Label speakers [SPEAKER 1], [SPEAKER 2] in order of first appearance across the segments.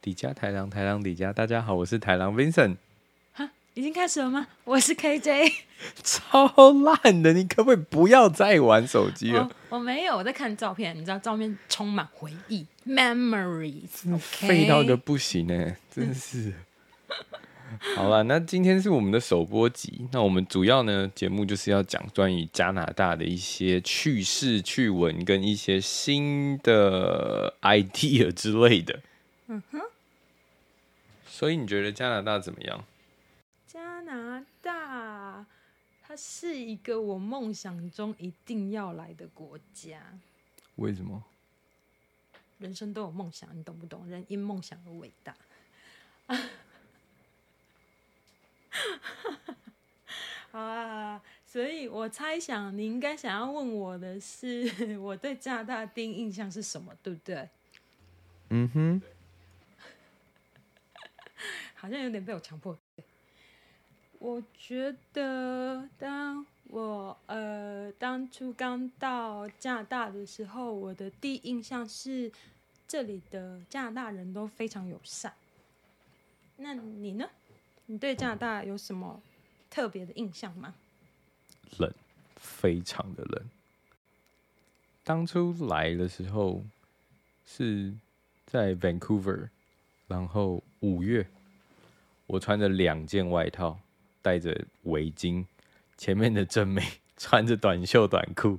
[SPEAKER 1] 底加台郎，台郎底加，大家好，我是台郎 Vincent，
[SPEAKER 2] 哈，已经开始了吗？我是 KJ，
[SPEAKER 1] 超烂的，你可不可以不要再玩手机了？
[SPEAKER 2] 我哦我没有，我在看照片，你知道照片充满回忆，memories，OK，、
[SPEAKER 1] 嗯哦 废到一个不行哎、 真是。好了，那今天是我们的首播集，那我们主要呢节目就是要讲关于加拿大的一些趣事、趣闻跟一些新的 idea 之类的。嗯哼。所以你觉得加拿大怎么样？
[SPEAKER 2] 加拿大，它是一个我梦想中一定要来的国家。
[SPEAKER 1] 为什么？
[SPEAKER 2] 人生都有梦想，你懂不懂？人因梦想而伟大。 好啊，所以我猜想你应该想要问我的是， 我对加拿大第一印象是什么，对不对？
[SPEAKER 1] 嗯哼，
[SPEAKER 2] 好像有点被我强迫。我觉得，当我呃当初刚到加拿大的时候，我的第一印象是这里的加拿大人都非常友善。那你呢？你对加拿大有什么特别的印象吗？
[SPEAKER 1] 冷，非常的冷。当初来的时候是在 Vancouver，然后五月，我穿着两件外套，戴着围巾，前面的正妹穿着短袖短裤，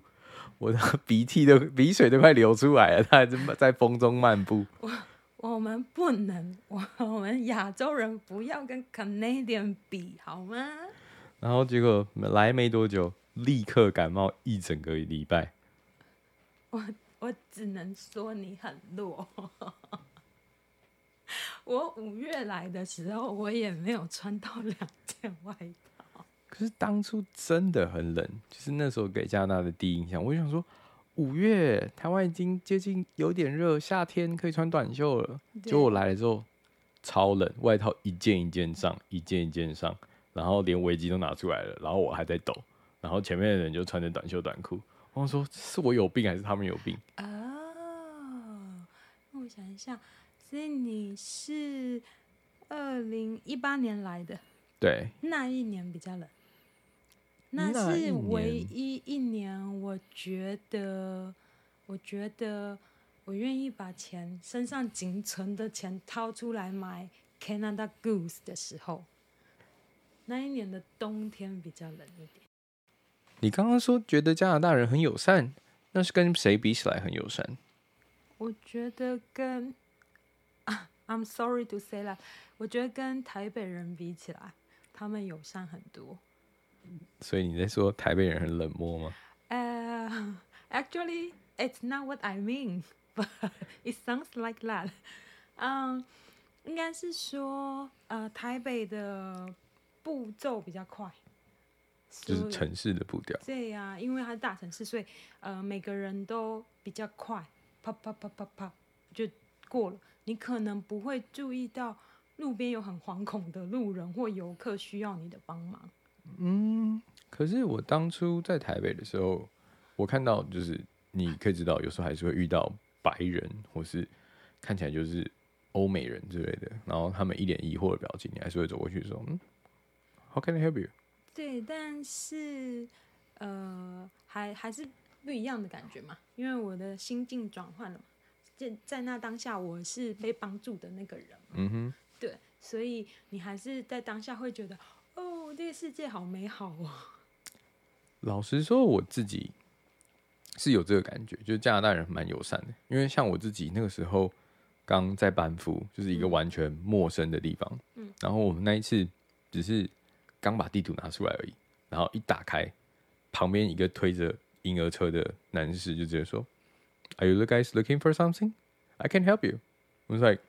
[SPEAKER 1] 我的 鼻涕都鼻水都快流出来了，她还在在风中漫步。
[SPEAKER 2] 我们不能，我我们亚洲人不要跟 Canadian 比好吗？
[SPEAKER 1] 然后结果来没多久，立刻感冒一整个礼拜。
[SPEAKER 2] 我只能说你很弱。 我五月来的时候，我也没有穿到两件外套。
[SPEAKER 1] 可是当初真的很冷，就是那时候给加拿大的第一印象，我就想说，五月台湾已经接近有点热，夏天可以穿短袖了。结
[SPEAKER 2] 对
[SPEAKER 1] 果我来了之后，超冷，外套一件一件上，一件一件上，然后连围巾都拿出来了，然后我还在抖，然后前面的人就穿着短袖短裤。我想说是我有病还是他们有病？
[SPEAKER 2] 哦，那我想一下，所以你是二零一八年来的，
[SPEAKER 1] 对，
[SPEAKER 2] 那一年比较冷，
[SPEAKER 1] 那一
[SPEAKER 2] 是
[SPEAKER 1] 年
[SPEAKER 2] 唯一一年，我觉得，我觉得我愿意把钱身上仅存的钱掏出来买 Canada Goose 的时候，那一年的冬天比较冷一点。
[SPEAKER 1] 你刚刚说觉得加拿大人很友善，那是跟谁比起来很友善？
[SPEAKER 2] 我觉得跟 啊，I'm sorry to say 啦，我觉得跟台北人比起来，他们友善很多。
[SPEAKER 1] 所以你在说台北人很冷漠吗？
[SPEAKER 2] 呃、a c t u a l l y it's not what I mean, but it sounds like that. 嗯、应该是说，呃，台北的步骤比较快，
[SPEAKER 1] 就是
[SPEAKER 2] 所以
[SPEAKER 1] 城市的步调。
[SPEAKER 2] 对呀、因为它是大城市，所以呃，每个人都比较快，啪啪啪啪啪就过了。你可能不会注意到路边有很惶恐的路人或游客需要你的帮忙。
[SPEAKER 1] 嗯，可是我当初在台北的时候，我看到就是你可以知道，有时候还是会遇到白人或是看起来就是欧美人之类的，然后他们一脸疑惑的表情，你还是会走过去说，嗯，How can I help you？
[SPEAKER 2] 对，但是呃，还还是不一样的感觉嘛，因为我的心境转换了嘛。在在那当下，我是被帮助的那个人。
[SPEAKER 1] 嗯哼，
[SPEAKER 2] 对，所以你还是在当下会觉得，哦，这个世界好美好哦。
[SPEAKER 1] 老实说，我自己是有这个感觉，就是加拿大人蛮友善的。因为像我自己那个时候刚在班夫，就是
[SPEAKER 2] 嗯
[SPEAKER 1] 一个完全陌生的地方，嗯，然后我们那一次只是刚把地图拿出来而已，然后一打开，旁边一个推着婴儿车的男士就直接说：“Are you the guys looking for something? I can help you.” I was like,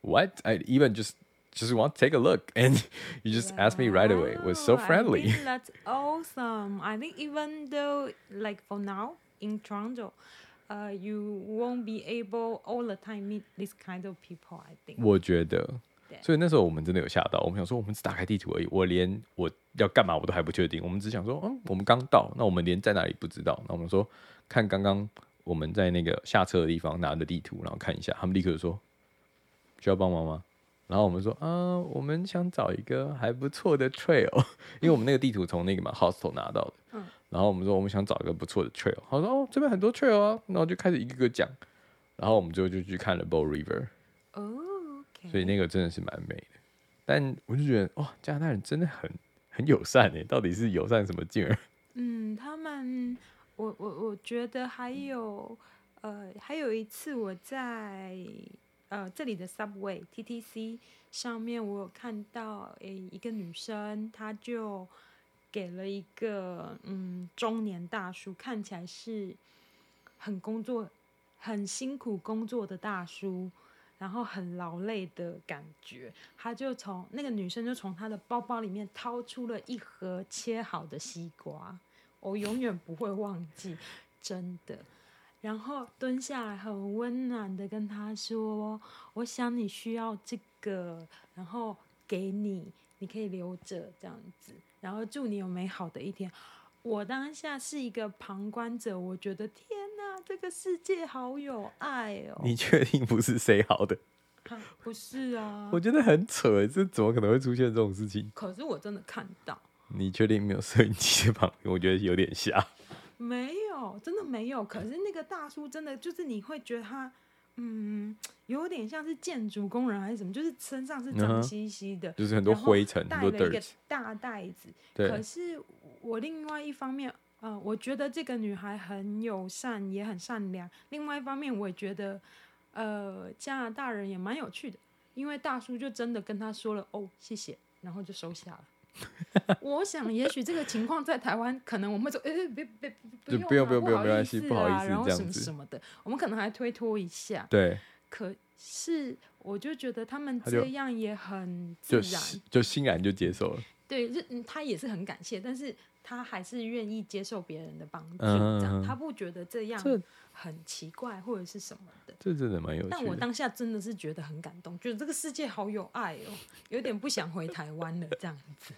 [SPEAKER 1] "What? I even just just want to take a look, and you just asked me right away. It was so
[SPEAKER 2] Wow, Ah, I
[SPEAKER 1] friendly.”
[SPEAKER 2] think that's awesome. I think even though, like for now in Toronto, uh, you won't be able all the time meet this kind of people. I think.
[SPEAKER 1] 我觉得
[SPEAKER 2] 对，
[SPEAKER 1] 所以那时候我们真的有吓到，我们想说我们只打开地图而已，我连我要干嘛我都还不确定，我们只想说，嗯，我们刚到，那我们连在哪里不知道，那我们说看刚刚我们在那个下车的地方拿着地图，然后看一下，他们立刻就说需要帮忙吗？”然后我们说：“啊，我们想找一个还不错的 trail，因为我 们那个地图从那个嘛 hostel 拿到的。”
[SPEAKER 2] 嗯。
[SPEAKER 1] 然后我们说：“我们想找一个不错的 trail。”他说：“哦，这边很多 trail 啊。”然后就开始一个个讲，然后我们就就去看了 Bow River。
[SPEAKER 2] 哦，OK，
[SPEAKER 1] 所以那个真的是蛮美的。但我就觉得，哇，加拿大人真的很很友善诶，到底是友善什么劲儿？
[SPEAKER 2] 嗯，他们，我我我觉得还有，呃，还有一次我在呃这里的 Subway TTC 上面，我有看到诶、一个女生，她就给了一个嗯中年大叔，看起来是很工作很辛苦工作的大叔。然后很劳累的感觉，她就从那个女生就从她的包包里面掏出了一盒切好的西瓜，我永远不会忘记，真的。然后蹲下来，很温暖的跟她说：“我想你需要这个，然后给你，你可以留着这样子，然后祝你有美好的一天。”我当下是一个旁观者，我觉得天哪，这个世界好有爱哦！
[SPEAKER 1] 你确定不是谁好的？
[SPEAKER 2] 啊不是啊，
[SPEAKER 1] 我觉得很扯欸诶，这怎么可能会出现这种事情？
[SPEAKER 2] 可是我真的看到，
[SPEAKER 1] 你确定没有摄影机在旁边？我觉得有点瞎。
[SPEAKER 2] 没有，真的没有。可是那个大叔真的就是你会觉得他，嗯，有点像是建筑工人还是什么，就是身上是
[SPEAKER 1] 嗯
[SPEAKER 2] 脏
[SPEAKER 1] 哼
[SPEAKER 2] 兮兮的，
[SPEAKER 1] 就是很
[SPEAKER 2] 很
[SPEAKER 1] 多灰尘，
[SPEAKER 2] 带
[SPEAKER 1] 很
[SPEAKER 2] 了
[SPEAKER 1] 多
[SPEAKER 2] 一个
[SPEAKER 1] dirt。
[SPEAKER 2] 大袋子。可
[SPEAKER 1] 对，
[SPEAKER 2] 是我另外一方面，呃，我觉得这个女孩很友善，也很善良。另外一方面，我也觉得，呃，加拿大人也蛮有趣的，因为大叔就真的跟她说了“哦，谢谢”，然后就收下了。 我想，也许这个情况在台湾，可能我们会说，哎、别别别，
[SPEAKER 1] 就不用不用
[SPEAKER 2] 不
[SPEAKER 1] 不用没关系
[SPEAKER 2] 不
[SPEAKER 1] 不好意
[SPEAKER 2] 啊
[SPEAKER 1] 思
[SPEAKER 2] 然后
[SPEAKER 1] 这样
[SPEAKER 2] 什么
[SPEAKER 1] 子
[SPEAKER 2] 什么的，我们可能还推脱一下。
[SPEAKER 1] 对，
[SPEAKER 2] 可是，我就觉得他们
[SPEAKER 1] 他就
[SPEAKER 2] 这样也很自
[SPEAKER 1] 就
[SPEAKER 2] 然，
[SPEAKER 1] 欣就欣然就接受了。
[SPEAKER 2] 对，就嗯他也是很感谢，但是他还是愿意接受别人的帮助，
[SPEAKER 1] 嗯
[SPEAKER 2] 这
[SPEAKER 1] 嗯
[SPEAKER 2] 样
[SPEAKER 1] 嗯
[SPEAKER 2] 他不觉得这样
[SPEAKER 1] 这
[SPEAKER 2] 很奇怪或者是什么的。
[SPEAKER 1] 这真的蛮有
[SPEAKER 2] 但
[SPEAKER 1] 趣
[SPEAKER 2] 我
[SPEAKER 1] 的。
[SPEAKER 2] 当下真的是觉得很感动，觉得这个世界好有爱哦，有点不想回台湾了这样子。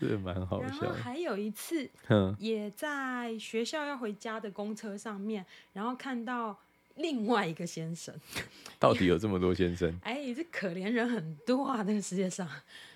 [SPEAKER 1] 这个蛮好
[SPEAKER 2] 然
[SPEAKER 1] 笑
[SPEAKER 2] 后
[SPEAKER 1] 的。
[SPEAKER 2] 还有一次，
[SPEAKER 1] 哼，
[SPEAKER 2] 也在学校要回家的公车上面，然后看到另外一个先生，
[SPEAKER 1] 到底有这么多先生？
[SPEAKER 2] 哎，这可怜人很多啊，这个世界上。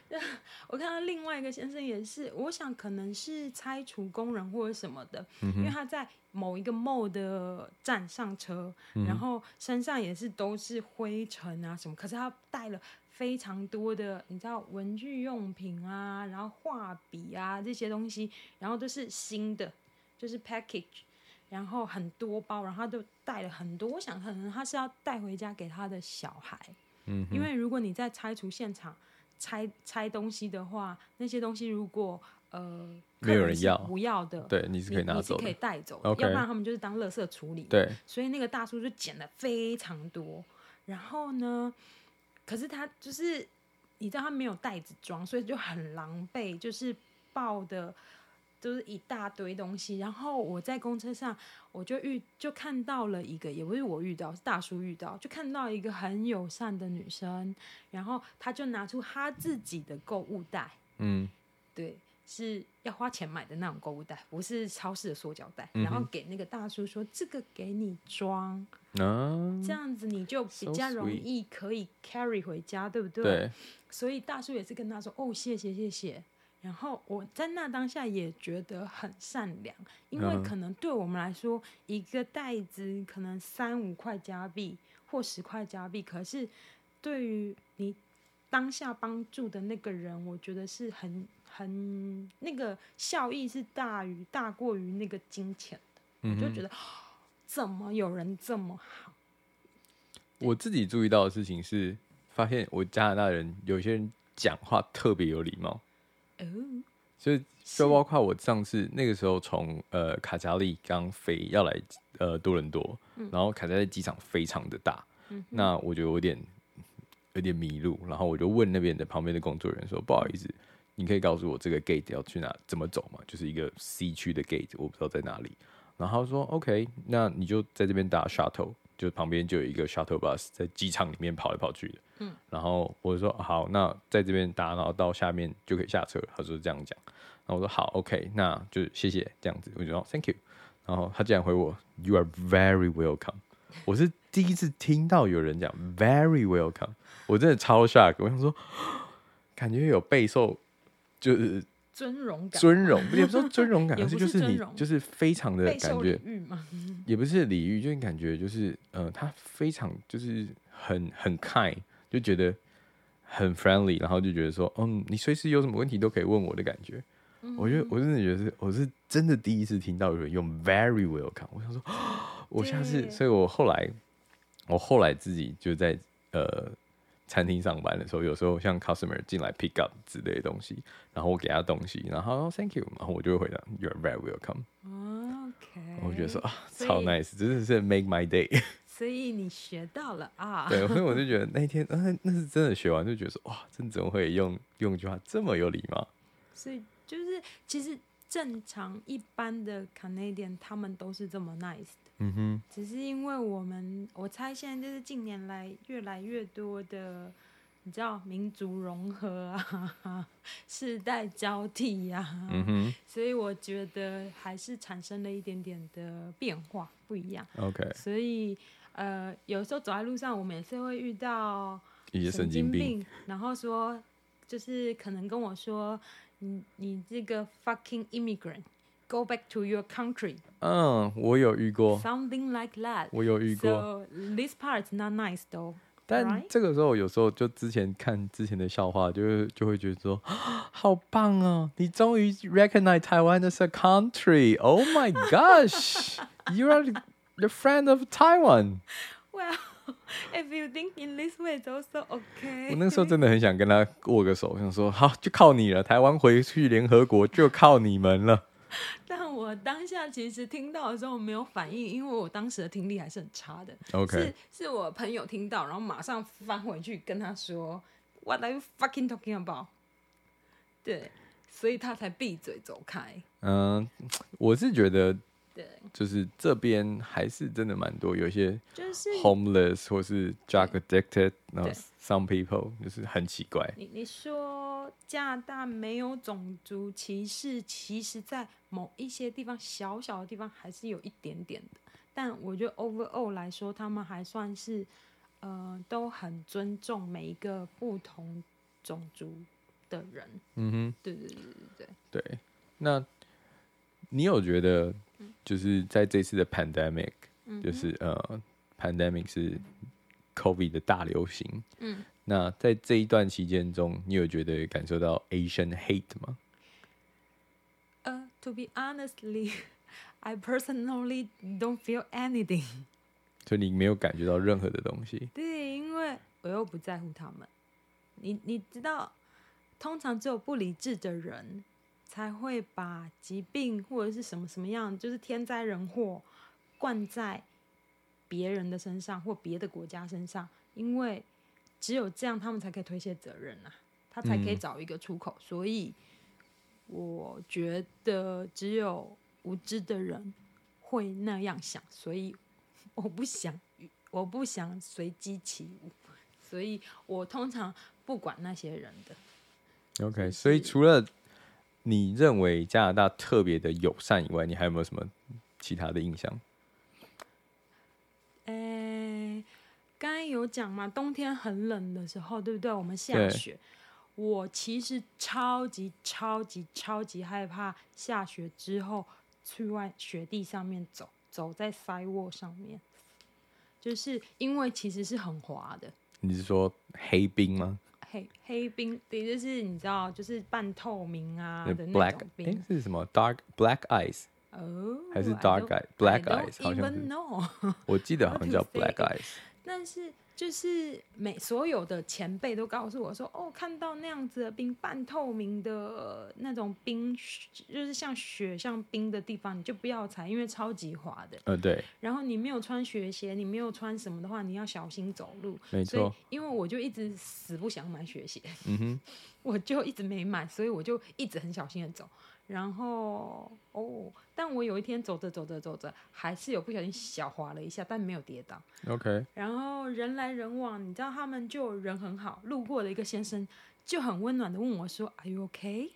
[SPEAKER 2] 我看到另外一个先生也是，我想可能是拆除工人或者什么的，因为他在某一个 mall 的站上车，然后身上也是都是灰尘啊什么，可是他带了非常多的，你知道文具用品啊，然后画笔啊这些东西，然后都是新的，就是 package。然后很多包，然后他就带了很多。我想可能他是要带回家给他的小孩，
[SPEAKER 1] 嗯
[SPEAKER 2] 因为如果你在拆除现场拆拆东西的话，那些东西如果呃
[SPEAKER 1] 没有
[SPEAKER 2] 客
[SPEAKER 1] 人
[SPEAKER 2] 是
[SPEAKER 1] 要
[SPEAKER 2] 不要的，
[SPEAKER 1] 对，你是可以
[SPEAKER 2] 你
[SPEAKER 1] 拿
[SPEAKER 2] 你是
[SPEAKER 1] 走
[SPEAKER 2] 可以
[SPEAKER 1] 的。
[SPEAKER 2] 带走的
[SPEAKER 1] OK
[SPEAKER 2] 要不然他们就是当垃圾处理。，
[SPEAKER 1] 对，
[SPEAKER 2] 所以那个大叔就捡了非常多，然后呢，可是他就是你知道他没有袋子装，所以就很狼狈，就是抱的。就是一大堆东西，然后我在公车上，我就遇就看到了一个，也不是我遇到，是大叔遇到，就看到一个很友善的女生，然后她就拿出她自己的购物袋，
[SPEAKER 1] 嗯，
[SPEAKER 2] 对，是要花钱买的那种购物袋，不是超市的塑胶袋。
[SPEAKER 1] 嗯哼
[SPEAKER 2] 然后给那个大叔说：“这个给你装，
[SPEAKER 1] 啊，
[SPEAKER 2] 这样子你就比
[SPEAKER 1] So
[SPEAKER 2] 较容
[SPEAKER 1] sweet
[SPEAKER 2] 易可以 carry 回家，对不对？”
[SPEAKER 1] 对，
[SPEAKER 2] 所以大叔也是跟他说：“哦，谢谢，谢谢。”然后我在那当下也觉得很善良，因
[SPEAKER 1] 嗯
[SPEAKER 2] 为
[SPEAKER 1] 哼
[SPEAKER 2] 可能对我们来说，一个袋子可能三五块加币或十块加币，可是对于你当下帮助的那个人，我觉得是很很那个效益是大于大过于那个金钱的，
[SPEAKER 1] 嗯哼
[SPEAKER 2] 我就觉得、哦怎么有人这么好？
[SPEAKER 1] 我自己注意到的事情是，发现我加拿大人有些人讲话特别有礼貌，
[SPEAKER 2] 哦，
[SPEAKER 1] 就是就包括我上次那个时候从呃卡加利刚飞要来呃多伦多，然后卡加利机场非常的大，那我就有点有点迷路，然后我就问那边的旁边的工作人员说，不好意思。你可以告诉我这个 gate 要去哪，怎么走吗？就是一个 C 区的 gate，我不知道在哪里。然后他说 OK，那你就在这边打 shuttle，就旁边就有一个 shuttle bus 在机场里面跑来跑去的。然后我就说好，那在这边搭，然后到下面就可以下车。他说这样讲，然后我说好，OK，那就谢谢这样子。我就说 Thank you，然后他竟然回我 You are very welcome。我是第一次听到有人讲 very welcome，我真的超 shock，我想说，感觉有备受就是
[SPEAKER 2] 尊荣感，
[SPEAKER 1] 尊荣，也不是说尊荣感，
[SPEAKER 2] 也
[SPEAKER 1] 而是
[SPEAKER 2] 不是
[SPEAKER 1] 就是
[SPEAKER 2] 尊
[SPEAKER 1] 你
[SPEAKER 2] 荣
[SPEAKER 1] 就是非常的
[SPEAKER 2] 备
[SPEAKER 1] 感
[SPEAKER 2] 受
[SPEAKER 1] 觉
[SPEAKER 2] 礼，遇嘛，
[SPEAKER 1] 也不是礼遇，就是感觉就是呃，他非常就是很很 kind，就觉得很 friendly，然后就觉得说，嗯，你随时有什么问题都可以问我的感觉。我觉得我真的觉得是，我是真的第一次听到有人用 very welcome，我想说，我下次，
[SPEAKER 2] 对
[SPEAKER 1] 所以我后来我后来自己就在呃餐厅上班的时候，有时候像 customer 进来 pick up 之类的东西，然后我给他东西，然后、哦 thank you，然后我就会回答 you're very welcome，
[SPEAKER 2] 哦 OK，
[SPEAKER 1] 我觉得说啊
[SPEAKER 2] 所以
[SPEAKER 1] 超 nice，真的是 make my day。
[SPEAKER 2] 所以你学到了啊，
[SPEAKER 1] 对，所 以我就觉得那一天，嗯、那是真的学完就觉得说，哇，真怎么会用用一句话这么有礼貌？
[SPEAKER 2] 所以就是其实正常一般的 Canadian 他们都是这么 nice 的，
[SPEAKER 1] 嗯哼，
[SPEAKER 2] 只是因为我们我猜现在就是近年来越来越多的。你知道民族融合啊， 世代交替呀、啊，
[SPEAKER 1] 嗯哼
[SPEAKER 2] 所以我觉得还是产生了一点点的变化，不一样。
[SPEAKER 1] ，OK，
[SPEAKER 2] 所以呃，有时候走在路上，我们也是会遇到
[SPEAKER 1] 一些神
[SPEAKER 2] 经
[SPEAKER 1] 经病，
[SPEAKER 2] 然后说就是可能跟我说，你你这个 fucking immigrant。Go back to your country,
[SPEAKER 1] 嗯，我有遇过，
[SPEAKER 2] something like that.
[SPEAKER 1] 我有遇过。
[SPEAKER 2] So this part is not nice, though.
[SPEAKER 1] 但
[SPEAKER 2] right？
[SPEAKER 1] 这个时候，有时候就之前看之前的笑话，就会就会觉得说，啊好棒哦，你终于 recognize Taiwan as a country. Oh my gosh, you are the friend of Taiwan.
[SPEAKER 2] Well, if you think in this way, it's also
[SPEAKER 1] 我
[SPEAKER 2] okay.
[SPEAKER 1] 那时候真的很想跟他握个手，想说好，就靠你了，台湾回去联合国就靠你们了。
[SPEAKER 2] 但我当下其实听到的时候没有反应，因为我当时的听力还是很差的。
[SPEAKER 1] OK，
[SPEAKER 2] 是是我朋友听到，然后马上翻回去跟他说，What are you fucking talking about？对，所以他才闭嘴走开。
[SPEAKER 1] 嗯、我是觉得
[SPEAKER 2] 对，
[SPEAKER 1] 就是这边还是真的蛮多，有一些
[SPEAKER 2] 就是。
[SPEAKER 1] homeless 或是 drug addicted，然后
[SPEAKER 2] 嗯对
[SPEAKER 1] some people 就是很奇怪。
[SPEAKER 2] 你你说加拿大没有种族歧视，其实在某一些地方小小的地方还是有一点点的，但我觉得 overall 来说，他们还算是呃都很尊重每一个不同种族的人。
[SPEAKER 1] 嗯哼。
[SPEAKER 2] 对对对对对。
[SPEAKER 1] 对，那你有觉得就是在这次的 pandemic，、就是
[SPEAKER 2] 嗯
[SPEAKER 1] 呃，pandemic 是 COVID 的大流行，
[SPEAKER 2] 嗯，
[SPEAKER 1] 那在这一段期间中，你有觉得感受到 Asian hate 吗？
[SPEAKER 2] Uh, to be honestly, I personally don't feel anything.
[SPEAKER 1] 就你没有感觉到任何的东西，
[SPEAKER 2] 对，因为我又不在乎他们。你你知道，通常只有不理智的人才会把疾病或者是什么什么样，就是天灾人祸灌在别人的身上或别的国家身上，因为只有这样他们才可以推卸责任啊，他才可以
[SPEAKER 1] 嗯
[SPEAKER 2] 找一个出口。所以我觉得只有无知的人会那样想，所以我不想我不想随机起舞，所以我通常不管那些人的。
[SPEAKER 1] OK，所以除了你认为加拿大特别的友善以外，你还有没有什么其他的印象？
[SPEAKER 2] 诶，刚才有讲嘛，冬天很冷的时候，对不对？我们下
[SPEAKER 1] 对
[SPEAKER 2] 雪，我其实超级超级超级害怕下雪之后去外雪地上面走，走在 sidewalk 上面，就是因为其实是很滑的。
[SPEAKER 1] 你是说黑冰吗？
[SPEAKER 2] 黑黑冰，对，就是你知道，就是半透明啊
[SPEAKER 1] 那
[SPEAKER 2] 的那
[SPEAKER 1] black
[SPEAKER 2] 种
[SPEAKER 1] 哎、
[SPEAKER 2] 冰。
[SPEAKER 1] 是什么 dark black ice
[SPEAKER 2] 哦，
[SPEAKER 1] 还是
[SPEAKER 2] I
[SPEAKER 1] dark
[SPEAKER 2] don't-
[SPEAKER 1] eye- black
[SPEAKER 2] I don't
[SPEAKER 1] eyes，好像
[SPEAKER 2] even
[SPEAKER 1] 是
[SPEAKER 2] know，
[SPEAKER 1] 我记得好像叫
[SPEAKER 2] What is
[SPEAKER 1] black
[SPEAKER 2] it？
[SPEAKER 1] eyes。
[SPEAKER 2] 但是就是每所有的前辈都告诉我说，哦，看到那样子的冰，半透明的呃那种冰，就是像雪像冰的地方，你就不要踩，因为超级滑的。
[SPEAKER 1] 呃，对，
[SPEAKER 2] 然后你没有穿雪鞋，你没有穿什么的话，你要小心走路。
[SPEAKER 1] 没
[SPEAKER 2] 所以
[SPEAKER 1] 错，，
[SPEAKER 2] 因为我就一直死不想买雪鞋，
[SPEAKER 1] 嗯哼，
[SPEAKER 2] 我就一直没买，所以我就一直很小心的走。然后哦，但我有一天走着走着走着，还是有不小心小滑了一下，但没有跌倒。
[SPEAKER 1] OK，
[SPEAKER 2] 然后人来人往，你知道他们就人很好，路过的一个先生就很温暖的问我说：“Are you okay？”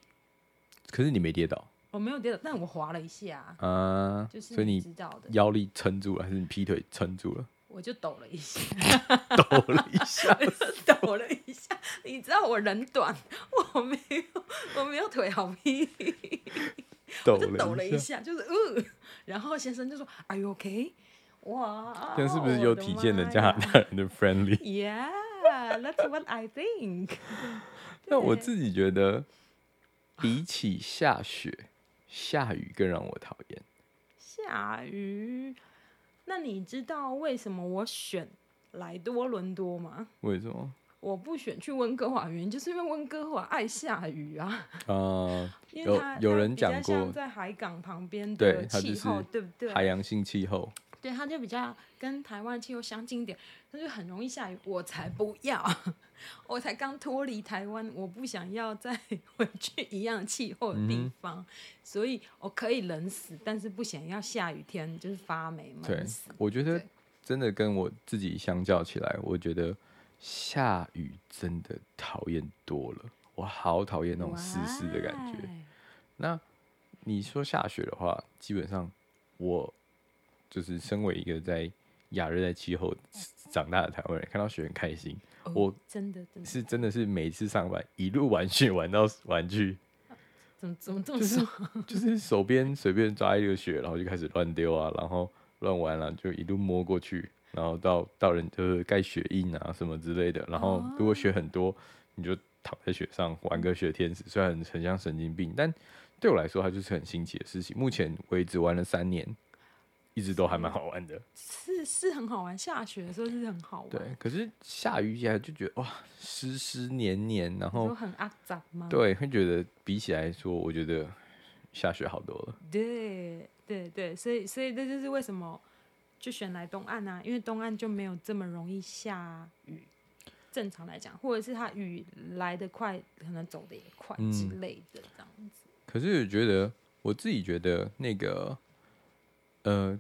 [SPEAKER 1] 可是你没跌倒
[SPEAKER 2] 我没有跌倒，但我滑了一下，
[SPEAKER 1] 啊、
[SPEAKER 2] 就是
[SPEAKER 1] 所以
[SPEAKER 2] 你
[SPEAKER 1] 你
[SPEAKER 2] 知道的。
[SPEAKER 1] 腰力撑住了，还是你劈腿撑住了？
[SPEAKER 2] 我就抖了一下，
[SPEAKER 1] 抖了一下，
[SPEAKER 2] 我就抖了一下。你知道我人短，我没有，我没有腿好劈，
[SPEAKER 1] 抖
[SPEAKER 2] 我就抖了
[SPEAKER 1] 了一
[SPEAKER 2] 一
[SPEAKER 1] 下。
[SPEAKER 2] 下，就是嗯。然后先生就说：“Are you okay？” 哇，
[SPEAKER 1] 这样是不是
[SPEAKER 2] 哦我
[SPEAKER 1] 又
[SPEAKER 2] 的
[SPEAKER 1] 体现了
[SPEAKER 2] 妈
[SPEAKER 1] 加拿
[SPEAKER 2] 呀
[SPEAKER 1] 大人的 friendly？
[SPEAKER 2] Yeah, that's what I think.
[SPEAKER 1] 那我自己觉得，比起下雪，下雨更让我讨厌。
[SPEAKER 2] 下雨，那你知道为什么我选来多伦多吗？
[SPEAKER 1] 为什么？
[SPEAKER 2] 我不选去温哥华，原因就是因为温哥华爱下雨啊。
[SPEAKER 1] 啊、
[SPEAKER 2] 因
[SPEAKER 1] 有
[SPEAKER 2] 为它
[SPEAKER 1] 有
[SPEAKER 2] 它
[SPEAKER 1] 人
[SPEAKER 2] 比较
[SPEAKER 1] 讲
[SPEAKER 2] 像
[SPEAKER 1] 过
[SPEAKER 2] 在海港旁边
[SPEAKER 1] 对
[SPEAKER 2] 的
[SPEAKER 1] 它就
[SPEAKER 2] 气候，
[SPEAKER 1] 是
[SPEAKER 2] 对不对？
[SPEAKER 1] 海洋性气候，
[SPEAKER 2] 对，它就比较跟台湾气候相近一点，它就很容易下雨。我才不要， 我才刚脱离台湾，我不想要再回去一样气候的
[SPEAKER 1] 嗯
[SPEAKER 2] 地方，所以我可以冷死，但是不想要下雨天就是发霉
[SPEAKER 1] 对
[SPEAKER 2] 闷死。，
[SPEAKER 1] 我觉得
[SPEAKER 2] 对
[SPEAKER 1] 真的跟我自己相较起来，我觉得下雨真的讨厌多了。我好讨厌那种湿湿的感觉。
[SPEAKER 2] Why？
[SPEAKER 1] 那你说下雪的话，基本上我就是身为一个在亚热带气候长大的台湾人，看到雪很开心。
[SPEAKER 2] 哦
[SPEAKER 1] 我
[SPEAKER 2] 真的真的
[SPEAKER 1] 是真的是每次上班一路玩雪玩到玩具，
[SPEAKER 2] 怎么怎么这么
[SPEAKER 1] 就是
[SPEAKER 2] 说？
[SPEAKER 1] 就是手边随便抓一个雪，然后就开始乱丢啊，然后乱玩了、就一路摸过去，然后到到人就是盖雪印啊什么之类的。然后如果雪很多，你就躺在雪上玩个雪天使，虽然很很像神经病，但对我来说它就是很新奇的事情。目前为止玩了三年，一直都还蛮好玩的。
[SPEAKER 2] 是是很好玩，下雪的时候是很好玩。
[SPEAKER 1] 对
[SPEAKER 2] 你，
[SPEAKER 1] 可是下雨起来就觉得哇湿湿黏黏，然
[SPEAKER 2] 说
[SPEAKER 1] 后
[SPEAKER 2] 很肮脏吗？
[SPEAKER 1] 对会觉得比起来说，我觉得下雪好多了。
[SPEAKER 2] 对对对，所以所以这就是为什么就选来东岸啊，因为东岸就没有这么容易下雨。正常来讲，或者是它雨来得快，可能走得也快
[SPEAKER 1] 嗯
[SPEAKER 2] 之类的，这样子。
[SPEAKER 1] 可是我觉得我自己觉得那个，呃，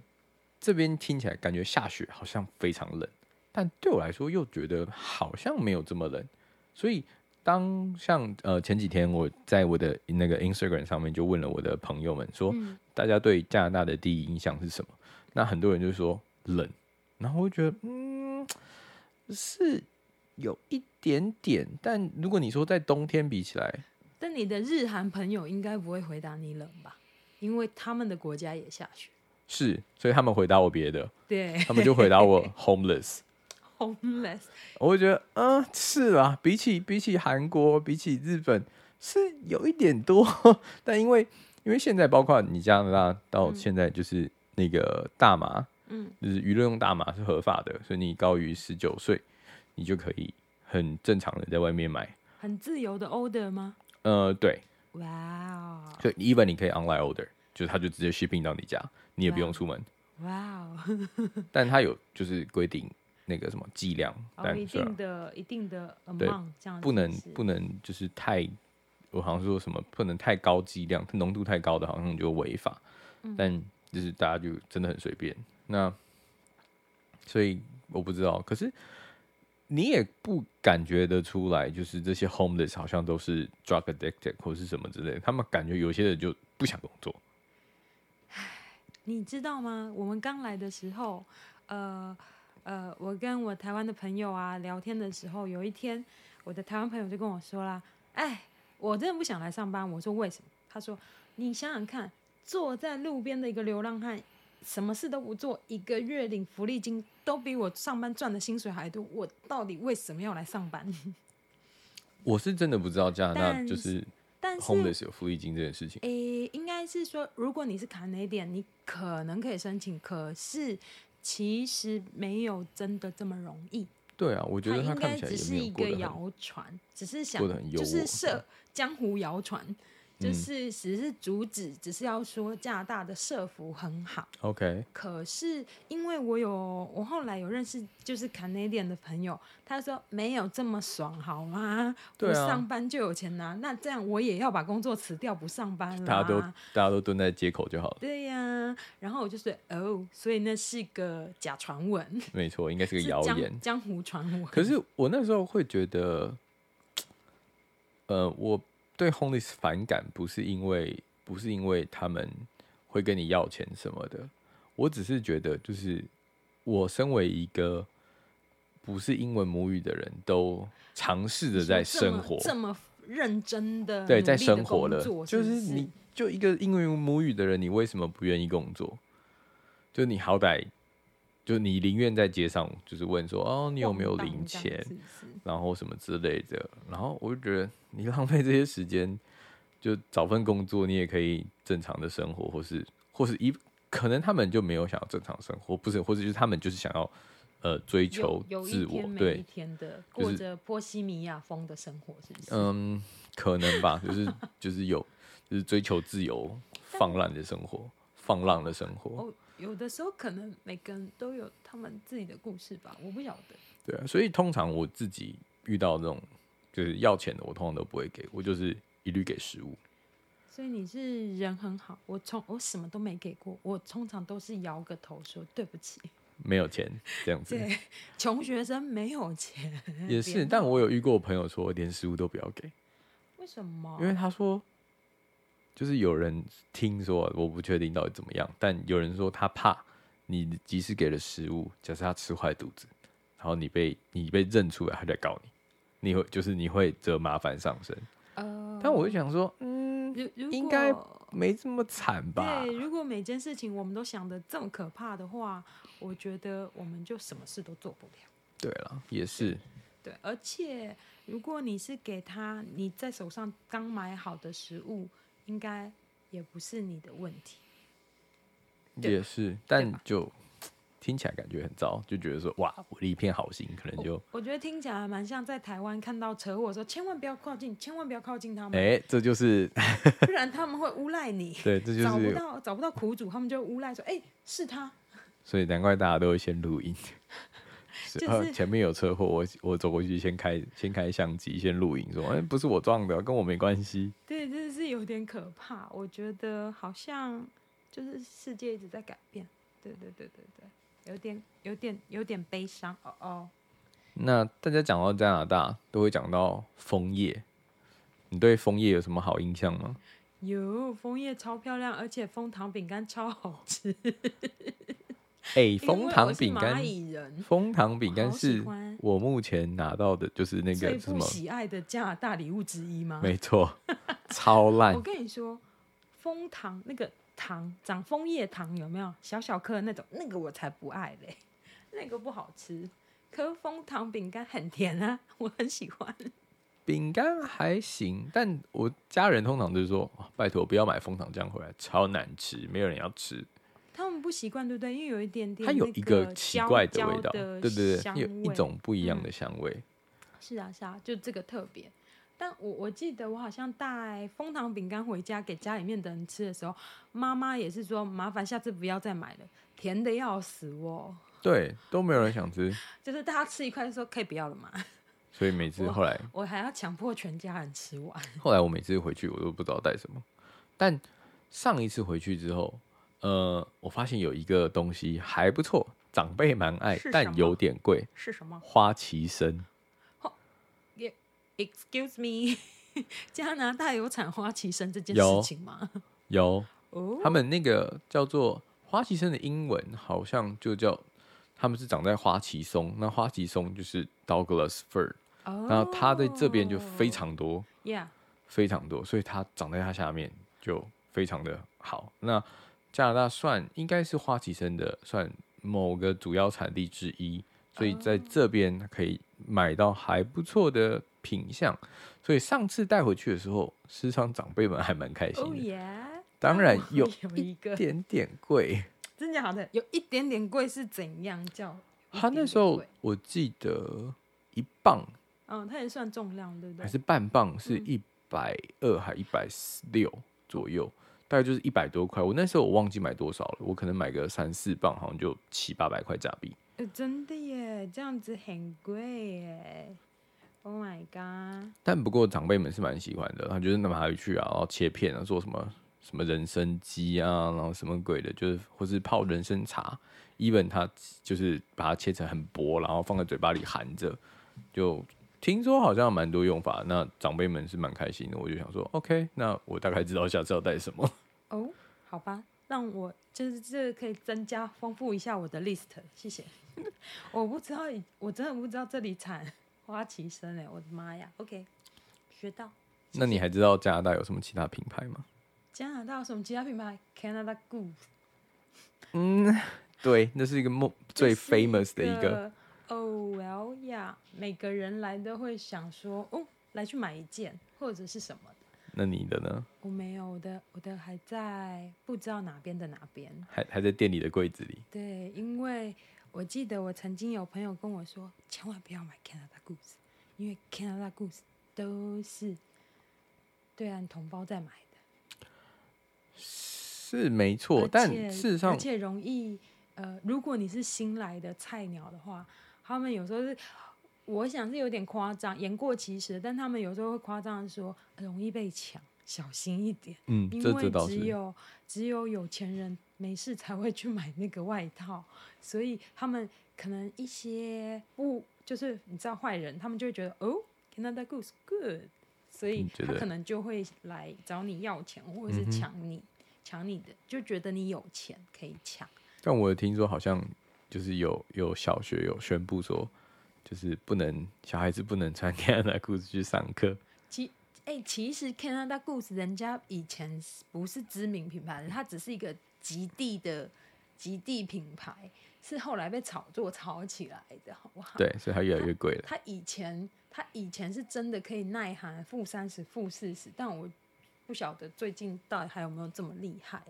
[SPEAKER 1] 这边听起来感觉下雪好像非常冷，但对我来说又觉得好像没有这么冷。所以当像呃前几天我在我的那个 Instagram 上面就问了我的朋友们说，
[SPEAKER 2] 嗯
[SPEAKER 1] 大家对加拿大的第一印象是什么？那很多人就说冷，然后我就觉得嗯是有一点点，但如果你说在冬天比起来，
[SPEAKER 2] 但你的日韩朋友应该不会回答你冷吧？因为他们的国家也下雪。
[SPEAKER 1] 是，所以他们回答我别的，
[SPEAKER 2] 对
[SPEAKER 1] 他们就回答我 homeless。
[SPEAKER 2] ，homeless
[SPEAKER 1] 我会觉得，嗯，是啊，比起比起韩国，比起日本是有一点多， 但因为因为现在包括你加拿大到现在就是那个大麻，
[SPEAKER 2] 嗯，
[SPEAKER 1] 就是娱乐用大麻是合法的，所以你高于十九岁，你就可以很正常的在外面买。
[SPEAKER 2] 很自由的 order 吗？
[SPEAKER 1] 呃，对，
[SPEAKER 2] 哇哦，
[SPEAKER 1] 所以 even 你可以 online order，就是他就直接 shipping 到你家，你也不用出门。
[SPEAKER 2] 哇哦！
[SPEAKER 1] 但它有就是规定那个什么剂量，
[SPEAKER 2] 哦，
[SPEAKER 1] 但啊
[SPEAKER 2] 一
[SPEAKER 1] 虽然
[SPEAKER 2] 定的一定的
[SPEAKER 1] 对
[SPEAKER 2] amount 这样
[SPEAKER 1] 不能不
[SPEAKER 2] 能
[SPEAKER 1] 能就是太，我好像是说什么不能太高剂量，浓度太高的好像就违法，
[SPEAKER 2] 嗯
[SPEAKER 1] 但就是大家就真的很随便。那所以我不知道，可是你也不感觉得出来，就是这些 homeless 好像都是 drug addicted 或是什么之类的，他们感觉有些人就不想工作，
[SPEAKER 2] 你知道吗？我们刚来的时候，呃呃，我跟我台湾的朋友啊聊天的时候，有一天我的台湾朋友就跟我说啦：“哎，我真的不想来上班。”我说：“为什么？”他说：“你想想看，坐在路边的一个流浪汉，什么事都不做，一个月领福利金都比我上班赚的薪水还多，我到底为什么要来上班？”
[SPEAKER 1] 我是真的不知道加拿大
[SPEAKER 2] 但
[SPEAKER 1] 就是
[SPEAKER 2] 但是
[SPEAKER 1] homeless 有福利金这件事情。
[SPEAKER 2] 诶，应该是说，如果你是卡内点，你可能可以申请，可是其实没有真的这么容易。
[SPEAKER 1] 对啊，我觉得他
[SPEAKER 2] 应
[SPEAKER 1] 看
[SPEAKER 2] 该
[SPEAKER 1] 起来
[SPEAKER 2] 只
[SPEAKER 1] 也
[SPEAKER 2] 是
[SPEAKER 1] 没
[SPEAKER 2] 一
[SPEAKER 1] 有过
[SPEAKER 2] 个
[SPEAKER 1] 得很
[SPEAKER 2] 谣传，只是想
[SPEAKER 1] 过得很优渥嗯
[SPEAKER 2] 就是社江湖谣传，就是只是主旨，只是要说加拿大的社服很好。
[SPEAKER 1] OK，
[SPEAKER 2] 可是因为我有我后来有认识就是 Canadian 的朋友，他说没有这么爽好吗？
[SPEAKER 1] 对啊
[SPEAKER 2] 不上班就有钱拿，那这样我也要把工作辞掉不上班了。
[SPEAKER 1] 大家都大家都蹲在街口就好了，
[SPEAKER 2] 对呀、然后我就说哦，所以那是个假传闻，
[SPEAKER 1] 没错，应该是个
[SPEAKER 2] 是
[SPEAKER 1] 谣
[SPEAKER 2] 江嗯
[SPEAKER 1] 言。
[SPEAKER 2] 江湖传闻。
[SPEAKER 1] 可是我那时候会觉得，呃，我对 homeless 反感，不是因为不是因为他们会跟你要钱什么的，我只是觉得就是我身为一个不是英文母语的人，都尝试着在生活，
[SPEAKER 2] 这么认真的
[SPEAKER 1] 对，在生活了
[SPEAKER 2] 了，，
[SPEAKER 1] 就是
[SPEAKER 2] 不
[SPEAKER 1] 你就一个英文母语的人，你为什么不愿意工作？就你好歹，就你宁愿在街上就是问说，哦，你有没有
[SPEAKER 2] 逛荡
[SPEAKER 1] 零
[SPEAKER 2] 这样
[SPEAKER 1] 钱？
[SPEAKER 2] 子是不是
[SPEAKER 1] 然后什么之类的，然后我就觉得你浪费这些时间，就找份工作，你也可以正常的生活，或是或是一可能他们就没有想要正常生活，不是，或者就是他们就是想要呃追求
[SPEAKER 2] 有有
[SPEAKER 1] 自
[SPEAKER 2] 一
[SPEAKER 1] 我
[SPEAKER 2] 天，每一
[SPEAKER 1] 对，
[SPEAKER 2] 天的
[SPEAKER 1] 就是
[SPEAKER 2] 过着波西米亚风的生活，是不是？
[SPEAKER 1] 嗯，可能吧， 就是就是有就是追求自由放浪的生活，放浪的生活，
[SPEAKER 2] 哦，有的时候可能每个人都有他们自己的故事吧，我不晓得。
[SPEAKER 1] 对啊，所以通常我自己遇到这种就是要钱的，我通常都不会给，我就是一律给食物。
[SPEAKER 2] 所以你是人很好，我从我什么都没给过，我通常都是摇个头说对不起，
[SPEAKER 1] 没有钱这样子，
[SPEAKER 2] 对穷学生没有钱，
[SPEAKER 1] 也
[SPEAKER 2] 别
[SPEAKER 1] 是，
[SPEAKER 2] 闹
[SPEAKER 1] 但我有遇过朋友说连食物都不要给，
[SPEAKER 2] 为什么？
[SPEAKER 1] 因为他说，就是有人听说，我不确定到底怎么样，但有人说他怕你即使给了食物，假设他吃坏肚子，然后你被你被认出来，他就来告你，你会就是你会惹麻烦上身。
[SPEAKER 2] 呃，
[SPEAKER 1] 但我就想说，嗯，
[SPEAKER 2] 如如果
[SPEAKER 1] 应该没这么惨吧？
[SPEAKER 2] 对，如果每件事情我们都想的这么可怕的话，我觉得我们就什么事都做不了。
[SPEAKER 1] 对了，也是，
[SPEAKER 2] 对，而且如果你是给他你在手上刚买好的食物，应该也不是你的问题。对
[SPEAKER 1] 也是，但
[SPEAKER 2] 吧
[SPEAKER 1] 就听起来感觉很糟，就觉得说哇，我的一片好心，可能就。
[SPEAKER 2] 我觉得听起来蛮像在台湾看到车祸的时候，千万不要靠近，千万不要靠近他们，
[SPEAKER 1] 哎、这就是。
[SPEAKER 2] 不然他们会诬赖你
[SPEAKER 1] 对，这 就
[SPEAKER 2] 找不
[SPEAKER 1] 是
[SPEAKER 2] 到找不到苦主，他们就诬赖说：“哎、是他。
[SPEAKER 1] 所以难怪大家都会先录 音。是
[SPEAKER 2] 就是
[SPEAKER 1] 呃前面有车祸，我我走过去先开先开相机，先录影，说哎、不是我撞的，跟我没关系。”
[SPEAKER 2] 对，真的是有点可怕。我觉得好像就是世界一直在改变。对对对对对，有点有点有点悲伤。哦哦，
[SPEAKER 1] 那大家讲到加拿大，都会讲到枫叶。你对枫叶有什么好印象吗？
[SPEAKER 2] 有枫叶超漂亮，而且枫糖饼干超好吃。
[SPEAKER 1] 哎、
[SPEAKER 2] 因为
[SPEAKER 1] 枫
[SPEAKER 2] 我
[SPEAKER 1] 糖
[SPEAKER 2] 是
[SPEAKER 1] 饼干
[SPEAKER 2] 蚂，蚁人
[SPEAKER 1] 枫糖饼干
[SPEAKER 2] 我好喜
[SPEAKER 1] 是
[SPEAKER 2] 欢
[SPEAKER 1] 我目前拿到的，就是那
[SPEAKER 2] 最
[SPEAKER 1] 个什
[SPEAKER 2] 不
[SPEAKER 1] 么，
[SPEAKER 2] 喜爱的加拿大礼物之一吗？
[SPEAKER 1] 没错， 超烂
[SPEAKER 2] 我。跟你说，枫糖那个糖长枫叶糖有没有小小颗的那种？那个我才不爱嘞， 那个不好吃。可枫糖饼干很甜啊， 我很喜欢。
[SPEAKER 1] 饼干还行，但我家人通常就是说，哦拜托不要买枫糖浆回来，超难吃，没有人要吃。
[SPEAKER 2] 他们不习惯，对不对？因为有一点点，
[SPEAKER 1] 它有一
[SPEAKER 2] 个
[SPEAKER 1] 奇怪
[SPEAKER 2] 焦
[SPEAKER 1] 味道，
[SPEAKER 2] 焦的
[SPEAKER 1] 对对对，
[SPEAKER 2] 香
[SPEAKER 1] 有一
[SPEAKER 2] 味
[SPEAKER 1] 种不一样的香味。
[SPEAKER 2] 是啊是啊，就这个特别。但我我记得我好像带枫糖饼干回家给家里面的人吃的时候，妈妈也是说麻烦下次不要再买了，甜的要死哦。
[SPEAKER 1] 对，都没有人想吃，
[SPEAKER 2] 就是大家吃一块就说可以不要了嘛，
[SPEAKER 1] 所以每次
[SPEAKER 2] 哇
[SPEAKER 1] 后来
[SPEAKER 2] 我还要强迫全家人吃完。
[SPEAKER 1] 后来我每次回去我都不知道带什么，但上一次回去之后，呃，我发现有一个东西还不错，长辈蛮爱
[SPEAKER 2] 是，什
[SPEAKER 1] 但
[SPEAKER 2] 么
[SPEAKER 1] 有点贵，
[SPEAKER 2] 是什么
[SPEAKER 1] 花旗参。
[SPEAKER 2] ？Excuse me，加拿大有产花旗参这件
[SPEAKER 1] 有
[SPEAKER 2] 事情吗？
[SPEAKER 1] 有，
[SPEAKER 2] 哦，
[SPEAKER 1] 他们那个叫做花旗参的英文好像就叫，他们是长在花旗松，那花旗松就是 Douglas fir，那
[SPEAKER 2] 那
[SPEAKER 1] 它在这边就非
[SPEAKER 2] 哦
[SPEAKER 1] 常多，
[SPEAKER 2] ，Yeah，
[SPEAKER 1] 非常多，所以它长在它下面就非常的好。那加拿大算应该是花旗参的算某个主要产地之一，所以
[SPEAKER 2] 哦
[SPEAKER 1] 在这边可以买到还不错的品相。所以上次带回去的时候，市场长辈们还蛮开心
[SPEAKER 2] 哦
[SPEAKER 1] 的，
[SPEAKER 2] 耶，
[SPEAKER 1] 当然
[SPEAKER 2] 我
[SPEAKER 1] 有
[SPEAKER 2] 有一个
[SPEAKER 1] 点点贵。
[SPEAKER 2] 真假的，有一点点贵是怎样叫？
[SPEAKER 1] 他那时
[SPEAKER 2] 一点点
[SPEAKER 1] 候
[SPEAKER 2] 贵，
[SPEAKER 1] 我记得一磅
[SPEAKER 2] 嗯，它也算重量，对不
[SPEAKER 1] 还
[SPEAKER 2] 对？
[SPEAKER 1] 是半磅是一百二还一百六左右，大概就是一百多块。我那时候我忘记买多少了，我可能买个三四磅，好像就七八百块加币。
[SPEAKER 2] 呃真的耶，这样子很贵耶！Oh my god！
[SPEAKER 1] 但不过长辈们是蛮喜欢的，他就是拿回去啊，然后切片啊，做什么什么人参鸡啊，然后什么鬼的，就是或是泡人参茶，even 他就是把它切成很薄，然后放在嘴巴里含着，就听说好像蛮多用法。那长辈们是蛮开心的，我就想说，OK，那我大概知道下次要带什么。
[SPEAKER 2] 哦，好吧，让我就是这个可以增加丰富一下我的 list，谢谢。 我不知道以，我真的不知道这里产 花旗参哎，我的妈呀！OK，学到。
[SPEAKER 1] 那你还知道加拿大有什么其他品牌吗？
[SPEAKER 2] 加拿大有什么其他品牌？Canada Goose
[SPEAKER 1] 嗯，对，那是一个 梦最
[SPEAKER 2] 这是
[SPEAKER 1] famous 的一个，。
[SPEAKER 2] 哦，well 呀，每个人来都会想说，哦，来去买一件或者是什么的。
[SPEAKER 1] 那你的呢？
[SPEAKER 2] 我没有，我的我的还在不知道哪边的哪边。
[SPEAKER 1] 还还在店里的柜子里。
[SPEAKER 2] 对，因为我记得我曾经有朋友跟我说，千万不要买 Canada Goose，因为 Canada Goose 都是对岸同胞在买的。
[SPEAKER 1] 是没
[SPEAKER 2] 而
[SPEAKER 1] 错，哦但
[SPEAKER 2] 且
[SPEAKER 1] 事实
[SPEAKER 2] 而
[SPEAKER 1] 上，
[SPEAKER 2] 且容易，呃，如果你是新来的菜鸟的话，他们有时候是，我想是有点夸张，言过其实，但他们有时候会夸张地说呃容易被抢，小心一点，
[SPEAKER 1] 嗯，
[SPEAKER 2] 因
[SPEAKER 1] 这这
[SPEAKER 2] 为
[SPEAKER 1] 倒
[SPEAKER 2] 只
[SPEAKER 1] 是，
[SPEAKER 2] 有只有有钱人没事才会去买那个外套，所以他们可能一些不就是你知道坏人，他们就会觉得哦，Canada Goose good。所以
[SPEAKER 1] 嗯觉
[SPEAKER 2] 他
[SPEAKER 1] 得
[SPEAKER 2] 可能就会来找你要钱，或者是
[SPEAKER 1] 嗯哼
[SPEAKER 2] 抢你。抢你的，就觉得你有钱可以抢。
[SPEAKER 1] 但我有听说好像就是有有小学有宣布说，就是不能小孩子不能穿 Canada Goose 去上 课。
[SPEAKER 2] 其哎、其实 Canada Goose 人家以前是不是知名品牌，它只是一个极地的极地品牌，是后来被炒作炒起来的，好不好？，
[SPEAKER 1] 对，所以它越来越贵了。
[SPEAKER 2] 它以前它以前是真的可以耐寒负三十、负四十，但我不晓得最近到底还有没有这么厉害。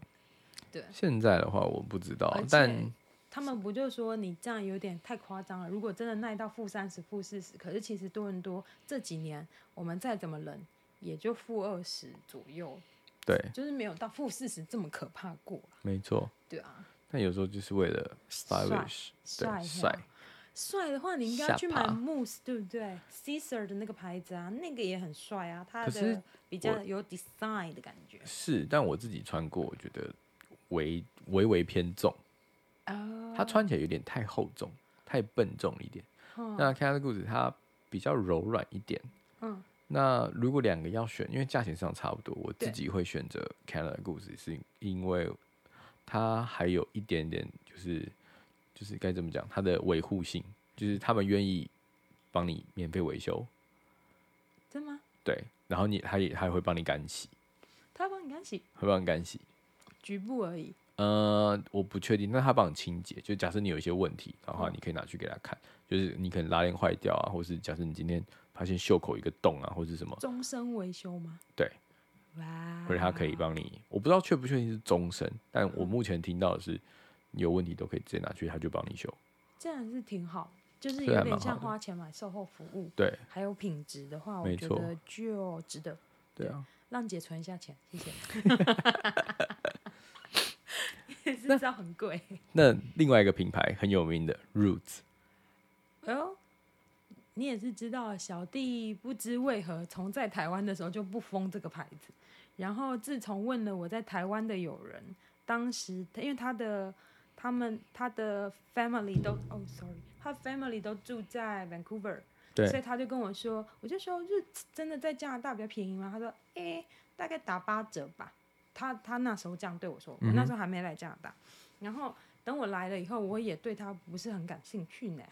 [SPEAKER 1] 现在的话我不知道
[SPEAKER 2] 而，且
[SPEAKER 1] 但
[SPEAKER 2] 他们不就说你这样有点太夸张了？如果真的耐到负三十、负四十，可是其实多伦多这几年我们再怎么冷，也就负二十左右，
[SPEAKER 1] 对，
[SPEAKER 2] 就是没有到负四十这么可怕过啦
[SPEAKER 1] 没错。
[SPEAKER 2] 对啊，
[SPEAKER 1] 但有时候就是为了 stylish，
[SPEAKER 2] 帅
[SPEAKER 1] 对，
[SPEAKER 2] 啊
[SPEAKER 1] 帅，
[SPEAKER 2] 帅的话你应该
[SPEAKER 1] 下
[SPEAKER 2] 要去买
[SPEAKER 1] 巴
[SPEAKER 2] Moose，对不对？Caesar 的那个牌子啊，那个也很帅啊，它
[SPEAKER 1] 可是
[SPEAKER 2] 的比较
[SPEAKER 1] 我
[SPEAKER 2] 有 design 的感觉。
[SPEAKER 1] 是。但我自己穿过，我觉得微微微偏重。
[SPEAKER 2] 哦，
[SPEAKER 1] 它穿起来有点太厚重、太笨重一点。
[SPEAKER 2] 嗯
[SPEAKER 1] 那 Canada Goose 它比较柔软一点。
[SPEAKER 2] 嗯，
[SPEAKER 1] 那如果两个要选，因为价钱上差不多，我自
[SPEAKER 2] 对
[SPEAKER 1] 己会选择 Canada Goose，是因为它还有一点点就是就是该怎么讲，它的维护性，就是他们愿意帮你免费维修，
[SPEAKER 2] 真的吗？
[SPEAKER 1] 对，然后你它也还会帮你干洗，
[SPEAKER 2] 他帮你干洗
[SPEAKER 1] 会帮你干洗。
[SPEAKER 2] 局部而已，
[SPEAKER 1] 呃，我不确定，那他帮你清洁，就假设你有一些问题的话，
[SPEAKER 2] 嗯
[SPEAKER 1] 你可以拿去给他看，就是你可能拉链坏掉啊，或是假设你今天发现袖口一个洞啊，或是什么，
[SPEAKER 2] 终身维修吗？
[SPEAKER 1] 对，
[SPEAKER 2] 哇，
[SPEAKER 1] 或者他可以帮你，我不知道确不确定是终身，但我目前听到的是，你有问题都可以直接拿去，他就帮你修。
[SPEAKER 2] 这样是挺好，就是
[SPEAKER 1] 是
[SPEAKER 2] 有
[SPEAKER 1] 还
[SPEAKER 2] 点
[SPEAKER 1] 蛮好
[SPEAKER 2] 像
[SPEAKER 1] 的
[SPEAKER 2] 花钱买售后服务，
[SPEAKER 1] 对，
[SPEAKER 2] 还有品质的话，我
[SPEAKER 1] 没
[SPEAKER 2] 觉
[SPEAKER 1] 错
[SPEAKER 2] 得就值得
[SPEAKER 1] 对啊，
[SPEAKER 2] 让姐存一下钱， 谢 谢。是知道很贵，
[SPEAKER 1] 那另外一个品牌很有名的 Roots，
[SPEAKER 2] 哎呦，你也是知道，小弟不知为何从在台湾的时候就不封这个牌子，然后自从问了我在台湾的友人，当时因为他的他们他的 family 都哦，sorry，他 family 都住在 Vancouver，所
[SPEAKER 1] 对，
[SPEAKER 2] 以他就跟我说，我就说日真的在加拿大比较便宜吗？他说，诶、大概打八折吧。他他那时候这样对我说，我那时候还没来加拿大。然后等我来了以后，我也对他不是很感兴趣呢。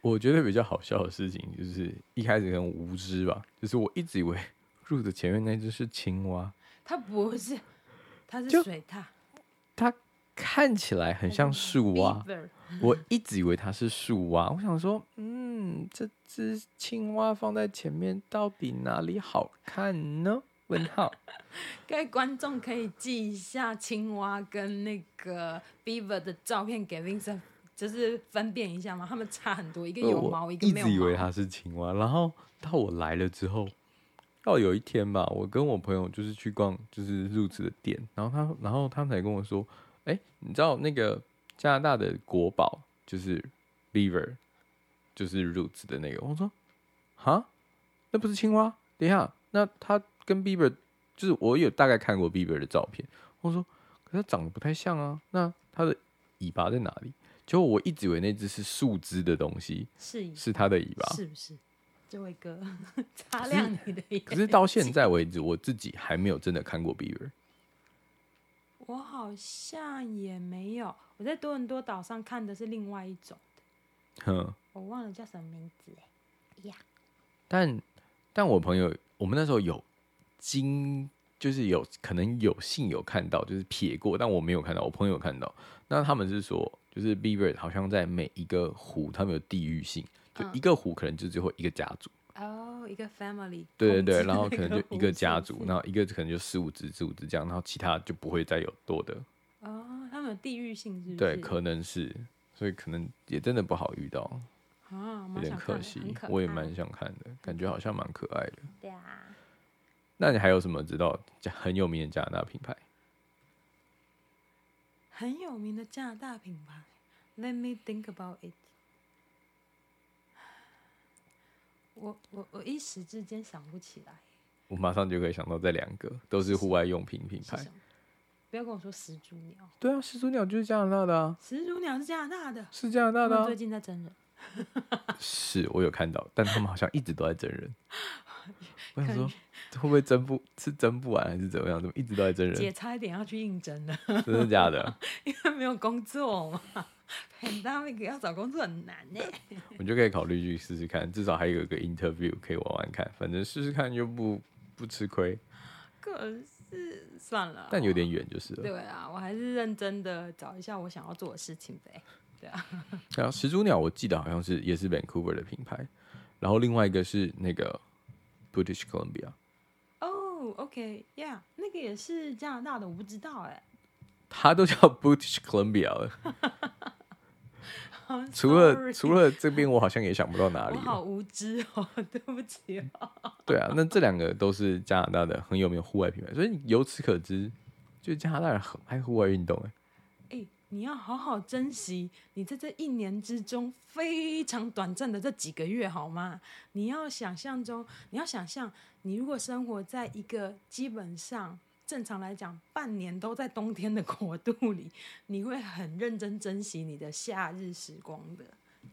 [SPEAKER 1] 我觉得比较好笑的事情就是一开始很无知吧，就是我一直以为 Roots 的前面那只是青蛙，
[SPEAKER 2] 他不是，他是
[SPEAKER 1] 就
[SPEAKER 2] 水獭
[SPEAKER 1] 它看起来很像树蛙。
[SPEAKER 2] ，beaver，
[SPEAKER 1] 我一直以为它是树蛙，我想说，嗯，这只青蛙放在前面到底哪里好看呢？问号。
[SPEAKER 2] 各位观众可以寄一下青蛙跟那个 beaver 的照片给 Vincent，就是分辨一下嘛，他们差很多，一个有毛，
[SPEAKER 1] 呃我
[SPEAKER 2] 个
[SPEAKER 1] 一
[SPEAKER 2] 没有
[SPEAKER 1] 直
[SPEAKER 2] 毛。
[SPEAKER 1] 以为它是青蛙，然后到我来了之后，到有一天吧，我跟我朋友就是去逛就是入职的店，然后他然后他们才跟我说，哎、你知道那个加拿大的国宝就是 beaver，就是 roots 的那个，我说哈，那不是青蛙？等一下，那它跟 beaver 就是我有大概看过 beaver 的照片，我说可是它长得不太像啊，那它的尾巴在哪里？结果我一直以为那只是树枝的东西，
[SPEAKER 2] 是一
[SPEAKER 1] 是它的尾巴。
[SPEAKER 2] 是不是？这位哥，擦 亮你的眼。
[SPEAKER 1] 可是到现在为止，我自己还没有真的看过 Beaver。
[SPEAKER 2] 我好像也没有。我在多伦多岛上看的是另外一种，
[SPEAKER 1] 哼，
[SPEAKER 2] 我忘了叫什么名字哎、呀，
[SPEAKER 1] 但但我朋友，我们那时候有经，就是有可能有幸有看到，就是瞥过，但我没有看到，我朋友有看到。那他们是说，就是 Beaver 好像在每一个湖，他们有地域性，就
[SPEAKER 2] 嗯
[SPEAKER 1] 一个湖可能就只会一个家族，
[SPEAKER 2] 哦、一个 family，
[SPEAKER 1] 对对对，
[SPEAKER 2] 控制
[SPEAKER 1] 然后
[SPEAKER 2] 那
[SPEAKER 1] 可能
[SPEAKER 2] 个
[SPEAKER 1] 就一个
[SPEAKER 2] 湖
[SPEAKER 1] 家
[SPEAKER 2] 是
[SPEAKER 1] 族
[SPEAKER 2] 不，是
[SPEAKER 1] 然后一个可能就十五只、十五只这样，然后其他就不会再有多的，
[SPEAKER 2] 哦，他们有地域性是不是？
[SPEAKER 1] 对，可能是，所以可能也真的不好遇到，
[SPEAKER 2] 啊，
[SPEAKER 1] 有
[SPEAKER 2] 蛮
[SPEAKER 1] 点
[SPEAKER 2] 想看
[SPEAKER 1] 可
[SPEAKER 2] 的
[SPEAKER 1] 惜
[SPEAKER 2] 很可，
[SPEAKER 1] 我也
[SPEAKER 2] 爱
[SPEAKER 1] 蛮想看的，感觉好像蛮可爱的。
[SPEAKER 2] 对啊。
[SPEAKER 1] 那你还有什么知道加很有名的加拿大品牌？
[SPEAKER 2] 很有名的加拿大品牌。Let me think about it 我。我我一时之间想不起来
[SPEAKER 1] 我马上就可以想到这两个，都是户外用品品
[SPEAKER 2] 是
[SPEAKER 1] 牌
[SPEAKER 2] 什。么。不要跟我说始祖鸟，
[SPEAKER 1] 对啊，始祖鸟就是加拿大的啊，
[SPEAKER 2] 始祖鸟是加拿哦大的。
[SPEAKER 1] 是加拿大
[SPEAKER 2] 他
[SPEAKER 1] 的、
[SPEAKER 2] 们
[SPEAKER 1] 啊
[SPEAKER 2] 最。近在真人，
[SPEAKER 1] 是我有看到，但他们好像一直都在真 人。我想
[SPEAKER 2] 看
[SPEAKER 1] 说，会不会真不是真不完还是怎么样？怎么一直都在真
[SPEAKER 2] 姐
[SPEAKER 1] 人？
[SPEAKER 2] 差一点要去应征了，
[SPEAKER 1] 真的假的？
[SPEAKER 2] 因为没有工作嘛。pandemic 要找工作很难呢、
[SPEAKER 1] 我就可以考虑去试试看，至少还有一个 interview 可以玩玩看，反正试试看又不不吃亏，
[SPEAKER 2] 可是算了，
[SPEAKER 1] 但有点远就是了。
[SPEAKER 2] 对啊，我还是认真的找一下我想要做的事情呗。
[SPEAKER 1] 然
[SPEAKER 2] 啊
[SPEAKER 1] 后始祖鸟我记得好像是也是 Vancouver 的品牌，然后另外一个是那个 British Columbia，
[SPEAKER 2] 哦、o k y e a h 那个也是加拿大的，我不知道哎、
[SPEAKER 1] 它都叫 British Columbia 了。
[SPEAKER 2] I'm
[SPEAKER 1] 除了
[SPEAKER 2] sorry
[SPEAKER 1] 除了这边，我好像也想不到哪里了。
[SPEAKER 2] 我好无知哦， 对不起哦。
[SPEAKER 1] 对啊，那这两个都是加拿大的很有名的户外品牌，所以由此可知，就加拿大人很爱户外运动、欸。
[SPEAKER 2] 哎、你要好好珍惜你在这一年之中非常短暂的这几个月，好吗？你要想象中，你要想象，你如果生活在一个基本上正常来讲半年都在冬天的 国度里，你会很认真珍惜你的夏日时光的。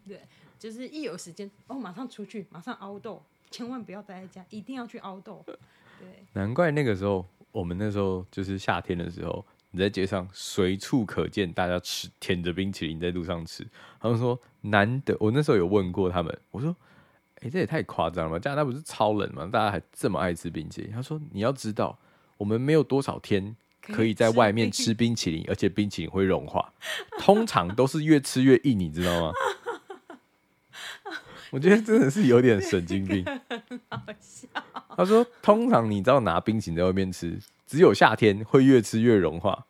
[SPEAKER 2] 对，就是一有时间哦，马上出去，马上凹豆，千万不要待在家，一定要去凹豆。对，
[SPEAKER 1] 难怪那个时候，我们那时候就是夏天的时候，你在街上随处可见大家吃舔着冰淇淋在路上吃。他们说难得，我那时候有问过他们，我说：“哎、这也太夸张了吧！加拿大不是超冷吗？大家还这么爱吃冰淇淋？”他说：“你要知道，我们没有多少天。”可以在外面吃冰淇淋，而且冰淇淋会融化，通常都是越吃越硬，你知道吗？我觉得真的是有点神经 病。他说，通常你知道拿冰淇淋在外面吃，只有夏天会越吃越融化。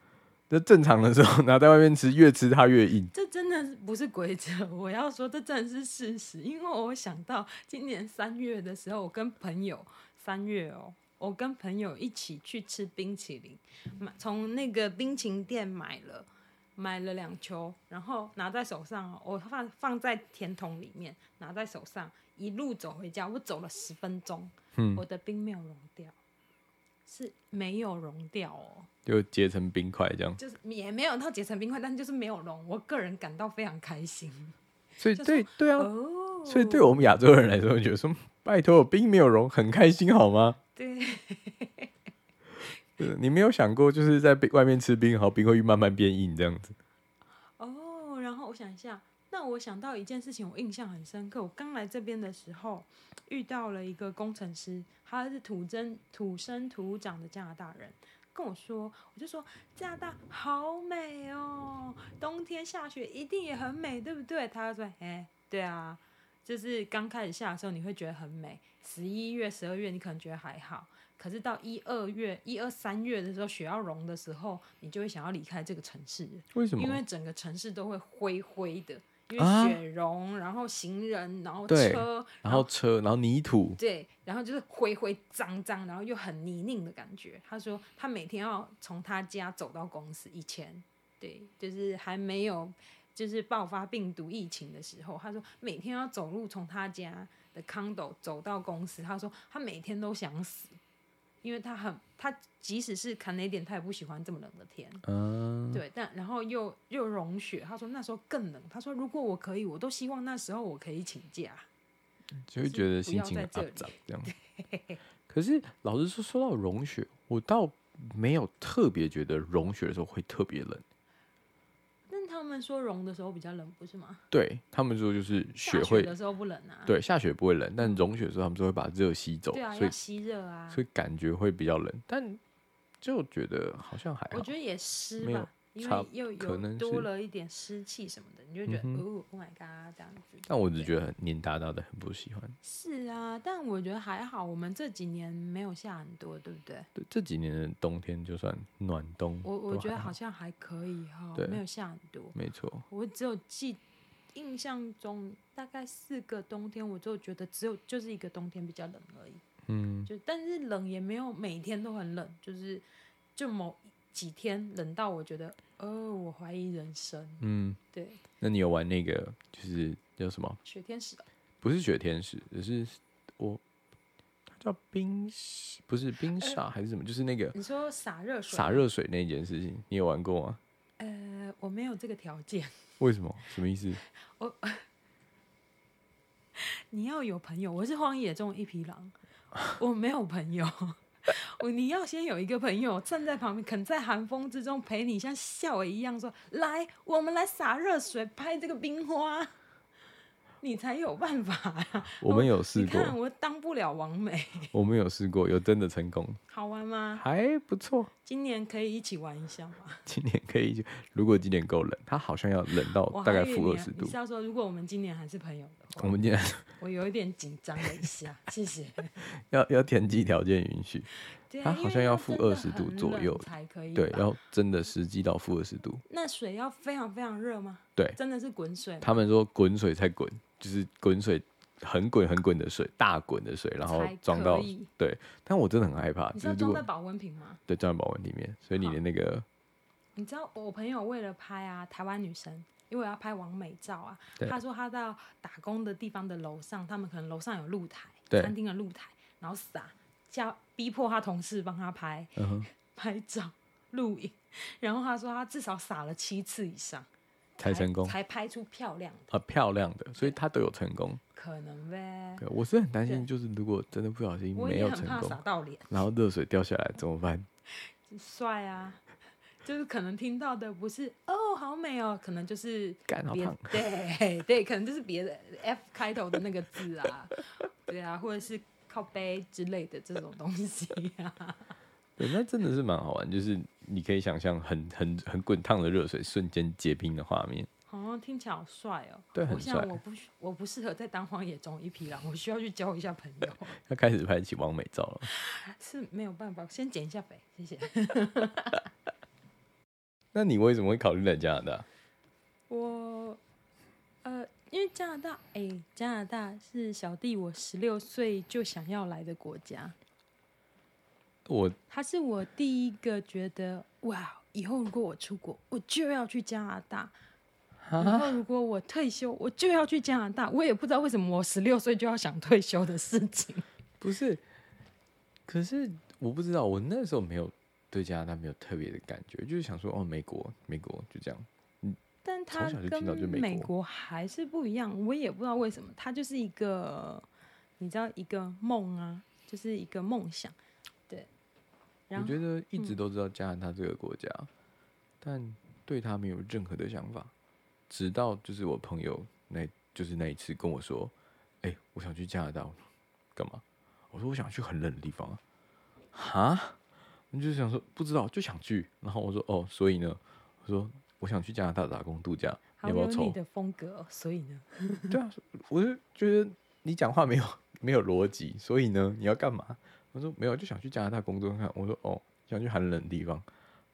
[SPEAKER 1] 那正常的时候拿在外面吃，越吃它越硬。
[SPEAKER 2] 这真的是不是规则，我要说这真的是事实，因为我想到今年三月的时候，我跟朋友三月哦，我跟朋友一起去吃冰淇淋，买从那个冰淇淋店买了。买了两球，然后拿在手上哦，我放放在甜筒里面，拿在手上，一路走回家。我走了十分钟，
[SPEAKER 1] 嗯
[SPEAKER 2] 我的冰没有融掉，是没有融掉哦。
[SPEAKER 1] 就结成冰块这样。
[SPEAKER 2] 就是也没有到结成冰块，但就是没有融，我个人感到非常开心。
[SPEAKER 1] 所以对对啊，
[SPEAKER 2] 哦，
[SPEAKER 1] 所以对我们亚洲人来说，觉得说拜托，冰没有融，很开心好吗？
[SPEAKER 2] 对，
[SPEAKER 1] 呃你没有想过，就是在冰外面吃冰，然后冰会慢慢变硬这样子。
[SPEAKER 2] 哦，然后我想一下，那我想到一件事情，我印象很深刻。我刚来这边的时候，遇到了一个工程师，他是土生土生土长的加拿大人，跟我说，我就说加拿大好美哦，冬天下雪一定也很美，对不对？他就说，哎，对啊，就是刚开始下的时候你会觉得很美，十一月、十二月你可能觉得还好。可是到一二月、一二三月的时候，雪要融的时候，你就会想要离开这个城市了。
[SPEAKER 1] 为什
[SPEAKER 2] 因
[SPEAKER 1] 么？
[SPEAKER 2] 为整个城市都会灰灰的，因
[SPEAKER 1] 啊
[SPEAKER 2] 为雪融，然后行人，然后
[SPEAKER 1] 对
[SPEAKER 2] 车，
[SPEAKER 1] 然后车，然后泥土，
[SPEAKER 2] 对，然后就是灰灰脏脏，然后又很泥泞的感觉。他说他每天要从他家走到公司，以前对，就是还没有就是爆发病毒疫情的时候，他说每天要走路从他家的 condo 走到公司，他说他每天都想死。因为他很，他即使是 Canadian，他也不喜欢这么冷的天。
[SPEAKER 1] 嗯、
[SPEAKER 2] 对，但然后又又融雪，他说那时候更冷，他说如果我可以，我都希望那时候我可以请假。
[SPEAKER 1] 就会觉得心情
[SPEAKER 2] 不要
[SPEAKER 1] 很复
[SPEAKER 2] 在这里
[SPEAKER 1] 杂这样。可是老实说，说到融雪，我倒没有特别觉得融雪的时候会特别冷。
[SPEAKER 2] 但他们说融的时候比较冷，不是吗？
[SPEAKER 1] 对他们说，就是
[SPEAKER 2] 下
[SPEAKER 1] 雪会
[SPEAKER 2] 的时候不冷啊。
[SPEAKER 1] 对下雪不会冷，但融雪的时候他们就会把热吸走，
[SPEAKER 2] 对啊，
[SPEAKER 1] 所
[SPEAKER 2] 要
[SPEAKER 1] 以
[SPEAKER 2] 吸热啊。
[SPEAKER 1] 所以感觉会比较冷，但就觉得好像还
[SPEAKER 2] 我
[SPEAKER 1] 好。
[SPEAKER 2] 觉得也湿
[SPEAKER 1] 没有
[SPEAKER 2] 吧，因
[SPEAKER 1] 差
[SPEAKER 2] 为又
[SPEAKER 1] 可能
[SPEAKER 2] 有多
[SPEAKER 1] 是
[SPEAKER 2] 了一点湿气什么的，你就觉得、
[SPEAKER 1] 嗯哼
[SPEAKER 2] 哦，Oh my god，这样子。
[SPEAKER 1] 但我只
[SPEAKER 2] 对
[SPEAKER 1] 觉得很黏哒哒的，很不喜欢。
[SPEAKER 2] 是啊，但我觉得还好，我们这几年没有下很多，对不对？
[SPEAKER 1] 对，这几年的冬天就算暖冬，
[SPEAKER 2] 我我
[SPEAKER 1] 都
[SPEAKER 2] 觉
[SPEAKER 1] 还
[SPEAKER 2] 得好像还可以哈、
[SPEAKER 1] 对
[SPEAKER 2] 没有下很多。
[SPEAKER 1] 没错，
[SPEAKER 2] 我只有记印象中大概四个冬天，我就觉得只有就是一个冬天比较冷而已。
[SPEAKER 1] 嗯，
[SPEAKER 2] 就但是冷也没有每天都很冷，就是就某几天冷到我觉得，哦，我怀疑人生。
[SPEAKER 1] 嗯，
[SPEAKER 2] 对，
[SPEAKER 1] 那你有玩那个就是叫什么？
[SPEAKER 2] 雪天使
[SPEAKER 1] 不是雪天使，只是我它叫冰沙，不是冰沙还是什么？就是那个
[SPEAKER 2] 你说洒热呃水？
[SPEAKER 1] 洒热水那件事情，你有玩过吗？
[SPEAKER 2] 呃，我没有这个条件。
[SPEAKER 1] 为什么？什么意思？
[SPEAKER 2] 你要有朋友，我是荒野中的一匹狼，我没有朋友。 我你要先有一个朋友站在旁边，肯在寒风之中陪你，像笑一样说：“来，我们来洒热水，拍这个冰花。”你才有办法。啊
[SPEAKER 1] 我们有试
[SPEAKER 2] 你
[SPEAKER 1] 过，
[SPEAKER 2] 看我当不了王美，
[SPEAKER 1] 我们有试过，有真的成功，
[SPEAKER 2] 好玩吗？
[SPEAKER 1] 还不错。
[SPEAKER 2] 今年可以一起玩一下吗？
[SPEAKER 1] 今年可以去，如果今年够冷，它好像要冷到
[SPEAKER 2] 我
[SPEAKER 1] 哦大
[SPEAKER 2] 还
[SPEAKER 1] 概
[SPEAKER 2] 以为
[SPEAKER 1] 负
[SPEAKER 2] 你
[SPEAKER 1] 二
[SPEAKER 2] 还
[SPEAKER 1] 十
[SPEAKER 2] 你
[SPEAKER 1] 度
[SPEAKER 2] 是。要说，如果我们今年还是朋友的话，
[SPEAKER 1] 我们今 天
[SPEAKER 2] 我有一点紧张了一下，谢谢。
[SPEAKER 1] 要要天气条件允许，
[SPEAKER 2] 对啊
[SPEAKER 1] 它
[SPEAKER 2] 因
[SPEAKER 1] 好
[SPEAKER 2] 为
[SPEAKER 1] 像要负
[SPEAKER 2] 真的
[SPEAKER 1] 20度
[SPEAKER 2] 很
[SPEAKER 1] 左
[SPEAKER 2] 冷
[SPEAKER 1] 右
[SPEAKER 2] 才可以吧。
[SPEAKER 1] 对，要真的实际到负二十度。
[SPEAKER 2] 那水要非常非常热吗？
[SPEAKER 1] 对
[SPEAKER 2] 真的是滚水吗，
[SPEAKER 1] 他们说滚水才滚，就是滚水很滚很滚的水，大滚的水，然后
[SPEAKER 2] 才
[SPEAKER 1] 装到
[SPEAKER 2] 可。以
[SPEAKER 1] 但我真的很害怕，就
[SPEAKER 2] 你知道
[SPEAKER 1] 是如
[SPEAKER 2] 装在
[SPEAKER 1] 果
[SPEAKER 2] 保温瓶吗？
[SPEAKER 1] 对装在保温里面，所以你的那个
[SPEAKER 2] 你知道我朋友为了拍啊，台湾女生，因为要拍完美照啊
[SPEAKER 1] 对，
[SPEAKER 2] 她说她到打工的地方的楼上，他们可能楼上有露台，
[SPEAKER 1] 对
[SPEAKER 2] 餐厅的露台，然后撒，叫逼迫她同事帮她拍
[SPEAKER 1] 嗯哼，
[SPEAKER 2] 拍照录影，然后她说她至少撒了七次以上
[SPEAKER 1] 才成功
[SPEAKER 2] 才拍出漂亮的，
[SPEAKER 1] 啊，漂亮的，所以他都有成功。
[SPEAKER 2] 可能呗。
[SPEAKER 1] 对，我是很担心，
[SPEAKER 2] 对
[SPEAKER 1] 就是如果真的不小心
[SPEAKER 2] 我
[SPEAKER 1] 没
[SPEAKER 2] 也
[SPEAKER 1] 有
[SPEAKER 2] 很
[SPEAKER 1] 成
[SPEAKER 2] 怕
[SPEAKER 1] 功
[SPEAKER 2] 撒，到脸。
[SPEAKER 1] 然后热水掉下来怎么办？
[SPEAKER 2] 帅啊，就是可能听到的不是哦，好美哦，可能就是
[SPEAKER 1] 干好
[SPEAKER 2] 别
[SPEAKER 1] 胖，
[SPEAKER 2] 对 对，可能就是别的 F 开头的那个字啊，对啊，或者是靠背之类的这种东西啊，
[SPEAKER 1] 对，那真的是蛮好玩，就是你可以想象很很很滚烫的热水瞬间结冰的画面。
[SPEAKER 2] 好像听起来好帅哦。
[SPEAKER 1] 对
[SPEAKER 2] 我
[SPEAKER 1] 很
[SPEAKER 2] 想
[SPEAKER 1] 帅
[SPEAKER 2] 我不需我不适合再当荒野中一匹狼，我需要去交一下朋友，
[SPEAKER 1] 要开始拍起完美照了。
[SPEAKER 2] 是没有办法，先减一下肥，谢 谢。
[SPEAKER 1] 那你为什么会考虑来加拿大？
[SPEAKER 2] 我呃，因为加拿大，哎、加拿大是小弟我十六岁就想要来的国家。
[SPEAKER 1] 我
[SPEAKER 2] 他是我第一个觉得哇，以后如果我出国，我就要去加拿大。然后如果我退休，我就要去加拿大。我也不知道为什么我十六岁就要想退休的事情。
[SPEAKER 1] 不是，可是我不知道，我那时候没有对加拿大没有特别的感觉，就是想说哦，美国，美国就这样。
[SPEAKER 2] 但他
[SPEAKER 1] 从小就
[SPEAKER 2] 跟
[SPEAKER 1] 听到就美国
[SPEAKER 2] 美国还是不一样，我也不知道为什么。他就是一个，你知道一个梦啊，就是一个梦想。对，然
[SPEAKER 1] 我
[SPEAKER 2] 后嗯
[SPEAKER 1] 觉得一直都知道加拿大这个国家，但对他没有任何的想法，直到就是我朋友那，就是那一次跟我说，哎、我想去加拿大，干嘛？我说我想去很冷的地方啊，哈，你就想说不知道就想去，然后我说哦，所以呢，我说我想去加拿大打工度假，
[SPEAKER 2] 好
[SPEAKER 1] 你要不要
[SPEAKER 2] 有
[SPEAKER 1] 抽
[SPEAKER 2] 你？的风格、哦，所以呢，
[SPEAKER 1] 对啊，我就觉得你讲话没有 没有逻辑，所以呢，你要干嘛？我说没有，就想去加拿大工作看看。我说哦，想去寒冷的地方。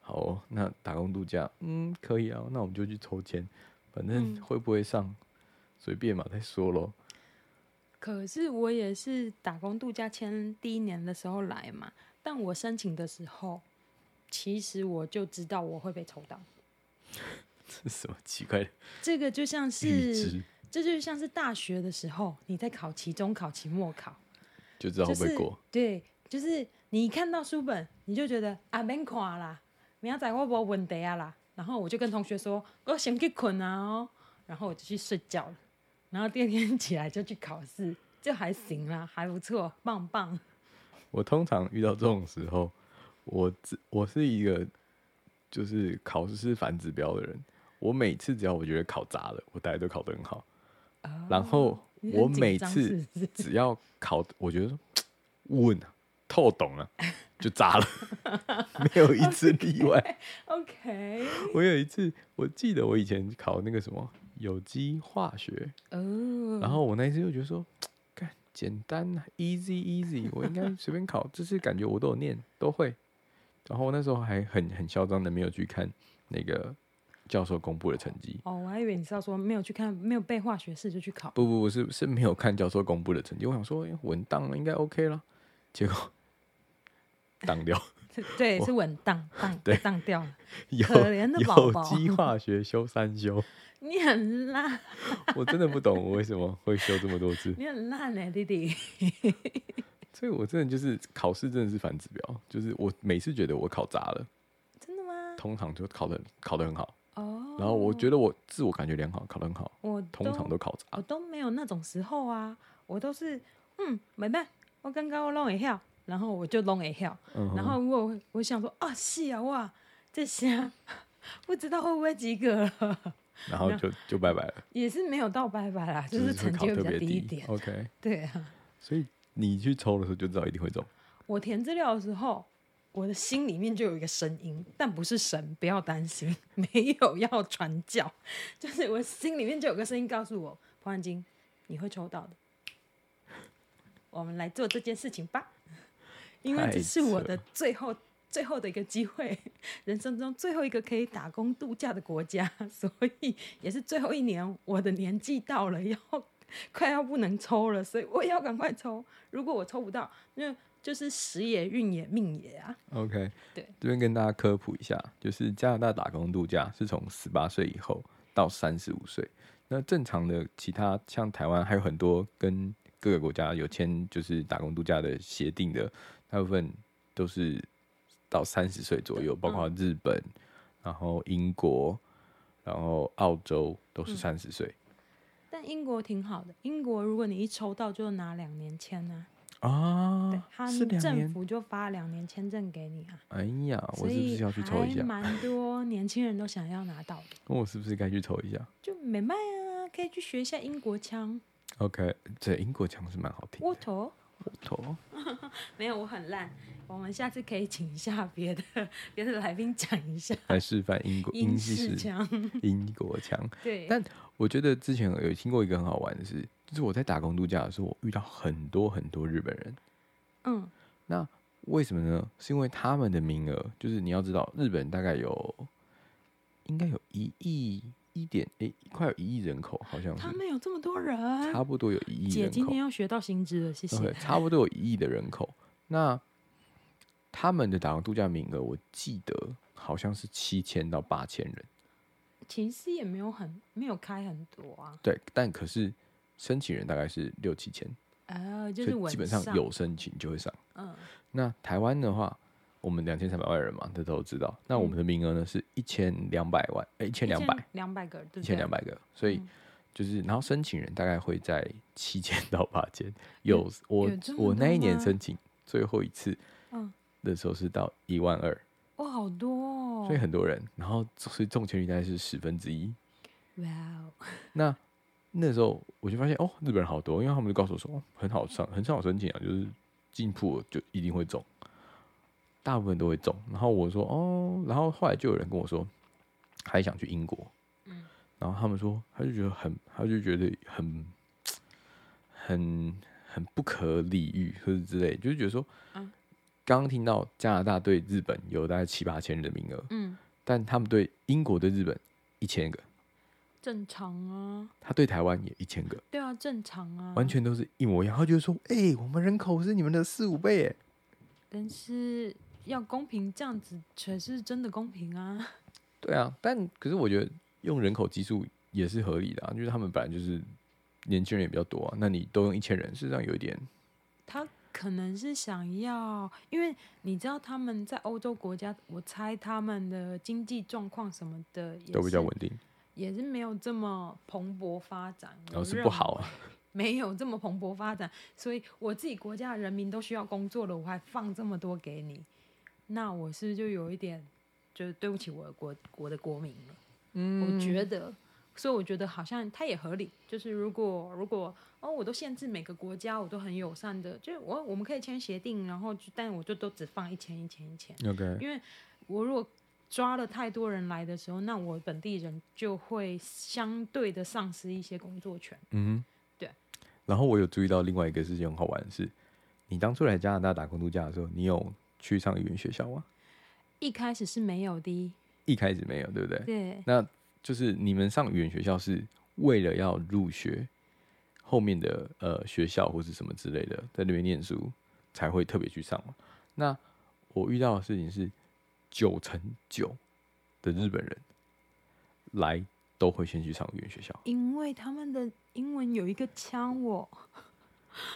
[SPEAKER 1] 好哦、那打工度假，嗯，可以啊，那我们就去抽签，反正
[SPEAKER 2] 嗯
[SPEAKER 1] 会不会上，随便嘛，再说咯。
[SPEAKER 2] 可是我也是打工度假签第一年的时候来嘛，但我申请的时候，其实我就知道我会被抽到。
[SPEAKER 1] 这是什么奇怪的
[SPEAKER 2] 这个就像
[SPEAKER 1] 预
[SPEAKER 2] 是，
[SPEAKER 1] 知？
[SPEAKER 2] 这就像是大学的时候你在考期中考、期末考，
[SPEAKER 1] 就知道会
[SPEAKER 2] 就
[SPEAKER 1] 不会
[SPEAKER 2] 是
[SPEAKER 1] 过。
[SPEAKER 2] 对，就是你一看到书本，你就觉得啊，免看啦，明仔我无问题啊啦。然后我就跟同学说，我先去困啊哦，然后我就去睡觉了。然后第二天 起来就去考试，就还行啦，还不错，棒棒。
[SPEAKER 1] 我通常遇到这种时候，我自我是一个就是考试是反指标的人，我每次只要我觉得考砸了，我大家都考得很好，
[SPEAKER 2] 哦
[SPEAKER 1] 然后
[SPEAKER 2] 你
[SPEAKER 1] 我
[SPEAKER 2] 很紧
[SPEAKER 1] 每
[SPEAKER 2] 张
[SPEAKER 1] 次
[SPEAKER 2] 是不是
[SPEAKER 1] 只要考，我觉得说问啊，透懂了、就砸 了，没有一
[SPEAKER 2] 哦
[SPEAKER 1] 次例外。
[SPEAKER 2] OK，
[SPEAKER 1] 我有一次，我记得我以前考那个什么有机化学，
[SPEAKER 2] 哦，
[SPEAKER 1] 然后我那一次就觉得说，干简单啊，easy easy，我应该随便考，这次感觉我都有念都会。然后那时候还很很嚣张的没有去看那个教授公布的成绩，
[SPEAKER 2] 哦，我还以为你是要说没有去看，没有背化学式就去考，
[SPEAKER 1] 不不不是是没有看教授公布的成绩，我想说哎文档了应该 OK 了，结果 挡掉
[SPEAKER 2] 对，
[SPEAKER 1] 我
[SPEAKER 2] 是稳当当
[SPEAKER 1] 对
[SPEAKER 2] 当掉了，
[SPEAKER 1] 有
[SPEAKER 2] 可怜的宝
[SPEAKER 1] 有
[SPEAKER 2] 宝
[SPEAKER 1] 机化学修三修，
[SPEAKER 2] 你很烂，
[SPEAKER 1] 我真的不懂我为什么会修这么多次。
[SPEAKER 2] 你很烂哎、弟弟，
[SPEAKER 1] 所以我真的就是考试真的是反指标，就是我每次觉得我考砸了，
[SPEAKER 2] 真的吗？
[SPEAKER 1] 通常就考的考的很好，
[SPEAKER 2] 哦，
[SPEAKER 1] 然后我觉得我自我感觉良好，考的很好，
[SPEAKER 2] 我
[SPEAKER 1] 通常
[SPEAKER 2] 都啊
[SPEAKER 1] 都考砸。
[SPEAKER 2] 我都没有那种时候啊，我都是嗯，没办，我刚刚我弄会晓，然后我就弄会晓，
[SPEAKER 1] 嗯哼
[SPEAKER 2] 然后我我想说啊，是啊哇，这下 不知道会不会及格了，
[SPEAKER 1] 然后就就拜拜了，
[SPEAKER 2] 也是没有到拜拜啦，就
[SPEAKER 1] 只
[SPEAKER 2] 是
[SPEAKER 1] 是会
[SPEAKER 2] 成
[SPEAKER 1] 考
[SPEAKER 2] 绩会
[SPEAKER 1] 特
[SPEAKER 2] 比
[SPEAKER 1] 别
[SPEAKER 2] 较低
[SPEAKER 1] 低
[SPEAKER 2] 一点，
[SPEAKER 1] OK，
[SPEAKER 2] 对啊，
[SPEAKER 1] 所以你去抽的时候就知道一定会中。
[SPEAKER 2] 我填资料的时候。我的心里面就有一个声音， 但不是神，不要担心，没有要传教，就是我心里面就有个声音告诉我，黄婉金，你会抽到的，我们来做这件事情吧，因为
[SPEAKER 1] 太
[SPEAKER 2] 这是我
[SPEAKER 1] 扯
[SPEAKER 2] 的最后最后的一个机会，人生中最后一个可以打工度假的国家，所以也是最后一年，我的年纪到了，要快要不能抽了，所以我也要赶快抽，如果我抽不到，那就是时也运也命也啊，
[SPEAKER 1] OK，
[SPEAKER 2] 对，
[SPEAKER 1] 这边跟大家科普一下，就是加拿大打工度假是从十八岁以后到三十五岁。那正常的其他像台湾还有很多跟各个国家有签就是打工度假的协定的，大部分都是到三十岁左右，包括日本，然后英国，然后澳洲都
[SPEAKER 2] 嗯
[SPEAKER 1] 是三十岁
[SPEAKER 2] 但英国挺好的，英国如果你一抽到就拿两年签啊，对
[SPEAKER 1] 啊，
[SPEAKER 2] 他
[SPEAKER 1] 是两
[SPEAKER 2] 政
[SPEAKER 1] 年。
[SPEAKER 2] 府就发两年签证给你啊。
[SPEAKER 1] 哎呀，我
[SPEAKER 2] 所
[SPEAKER 1] 是不
[SPEAKER 2] 以
[SPEAKER 1] 是要去抽一
[SPEAKER 2] 还
[SPEAKER 1] 下？
[SPEAKER 2] 蛮多年轻人都想要拿到的，
[SPEAKER 1] 我是不是该去抽一下
[SPEAKER 2] 就没卖啊，可以去学一下英国腔。
[SPEAKER 1] ？OK，这英国腔是蛮好听的。
[SPEAKER 2] 我头
[SPEAKER 1] 头
[SPEAKER 2] 没有，我很烂。我们下次可以请一下别的别的来宾讲一下
[SPEAKER 1] 来示范英国
[SPEAKER 2] 英式
[SPEAKER 1] 式
[SPEAKER 2] 腔。
[SPEAKER 1] 英国腔。
[SPEAKER 2] 对，
[SPEAKER 1] 但我觉得之前有听过一个很好玩的事，就是我在打工度假的时候，我遇到很多很多日本人。
[SPEAKER 2] 嗯，
[SPEAKER 1] 那为什么呢？是因为他们的名额，就是你要知道，日本大概有应该有一亿一点诶，快有一亿人口，好像是
[SPEAKER 2] 他们有这么多人，
[SPEAKER 1] 差不多有一亿
[SPEAKER 2] 姐
[SPEAKER 1] 人
[SPEAKER 2] 今
[SPEAKER 1] 口
[SPEAKER 2] 天。又学到新知了，谢谢。
[SPEAKER 1] 对，差不多有一亿的人口。那他们的打工度假名额，我记得好像是七千到八千人。
[SPEAKER 2] 其实也没有很没有开很多啊，
[SPEAKER 1] 对，但可是申请人大概是六七千，
[SPEAKER 2] 呃，
[SPEAKER 1] 哦所
[SPEAKER 2] 就是
[SPEAKER 1] 以
[SPEAKER 2] 稳
[SPEAKER 1] 基本上有申请就会上。
[SPEAKER 2] 嗯
[SPEAKER 1] 那台湾的话，我们两千三百万人嘛，这都知道。那我
[SPEAKER 2] 嗯
[SPEAKER 1] 们的名额呢是一千两百万，呃、一千两百，
[SPEAKER 2] 两百个，对不
[SPEAKER 1] 一
[SPEAKER 2] 对？
[SPEAKER 1] 千两百个，所以。就是，然后申请人大概会在七千到八 千。有我
[SPEAKER 2] 有这么
[SPEAKER 1] 我那
[SPEAKER 2] 多
[SPEAKER 1] 一年
[SPEAKER 2] 吗
[SPEAKER 1] 申请最后一次
[SPEAKER 2] 嗯，
[SPEAKER 1] 的时候是到一万二，
[SPEAKER 2] 哇，好多哦
[SPEAKER 1] 所以，很多人，然后所以中签率大概是十分之一。
[SPEAKER 2] 哇哦，
[SPEAKER 1] 那那时候我就发现哦，日本人好多，因为他们就告诉我说，哦，很好上，很少申请啊，就是进步就一定会中，大部分都会中。然后我说哦，然后后来就有人跟我说，还想去英国，然后他们说，他就觉得很，他就觉得很，很很不可理喻，或者之类，就是觉得说，
[SPEAKER 2] 嗯
[SPEAKER 1] 刚刚听到加拿大对日本有大概七八千人的名额，
[SPEAKER 2] 嗯，
[SPEAKER 1] 但他们对英国对日本一千个，
[SPEAKER 2] 正常啊，
[SPEAKER 1] 他对台湾也一千个。
[SPEAKER 2] 对啊，正常啊，
[SPEAKER 1] 完全都是一模一样。他就说：“哎、我们人口是你们的四五倍。”哎，
[SPEAKER 2] 但是要公平，这样子才是真的公平啊！
[SPEAKER 1] 对啊，但可是我觉得用人口基数也是合理的啊，就是他们本来就是年轻人也比较多啊，那你都用一千人，事实上有一点
[SPEAKER 2] 他可能是想要，因为你知道他们在欧洲国家，我猜他们的经济状况什么的也
[SPEAKER 1] 都比较
[SPEAKER 2] 是
[SPEAKER 1] 稳定，
[SPEAKER 2] 也是没有这么蓬勃发展，
[SPEAKER 1] 然后
[SPEAKER 2] 我
[SPEAKER 1] 是
[SPEAKER 2] 认
[SPEAKER 1] 不好啊。
[SPEAKER 2] 没有这么蓬勃发展，所以我自己国家的人民都需要工作了，我还放这么多给你，那我是不是就有一点，就是对不起我的国我的国民了？
[SPEAKER 1] 嗯
[SPEAKER 2] 我觉得，所以我觉得好像它也合理。就是如果如果哦，我都限制每个国家，我都很友善的，就是我我们可以签协定，然后就但我就都只放一千一千一千。
[SPEAKER 1] OK，
[SPEAKER 2] 因为我如果抓了太多人来的时候，那我本地人就会相对的丧失一些工作权。
[SPEAKER 1] 嗯，
[SPEAKER 2] 对。
[SPEAKER 1] 然后我有注意到另外一个事情很好玩的是，你当初来加拿大打工度假的时候，你有去上语言学校吗？
[SPEAKER 2] 一开始是没有的，
[SPEAKER 1] 一开始没有，对不对？
[SPEAKER 2] 对，
[SPEAKER 1] 那就是你们上语言学校是为了要入学后面的呃学校或是什么之类的，在那边念书才会特别去上嘛。那我遇到的事情是，九成九的日本人来都会先去上语言学校，
[SPEAKER 2] 因为他们的英文有一个腔哦，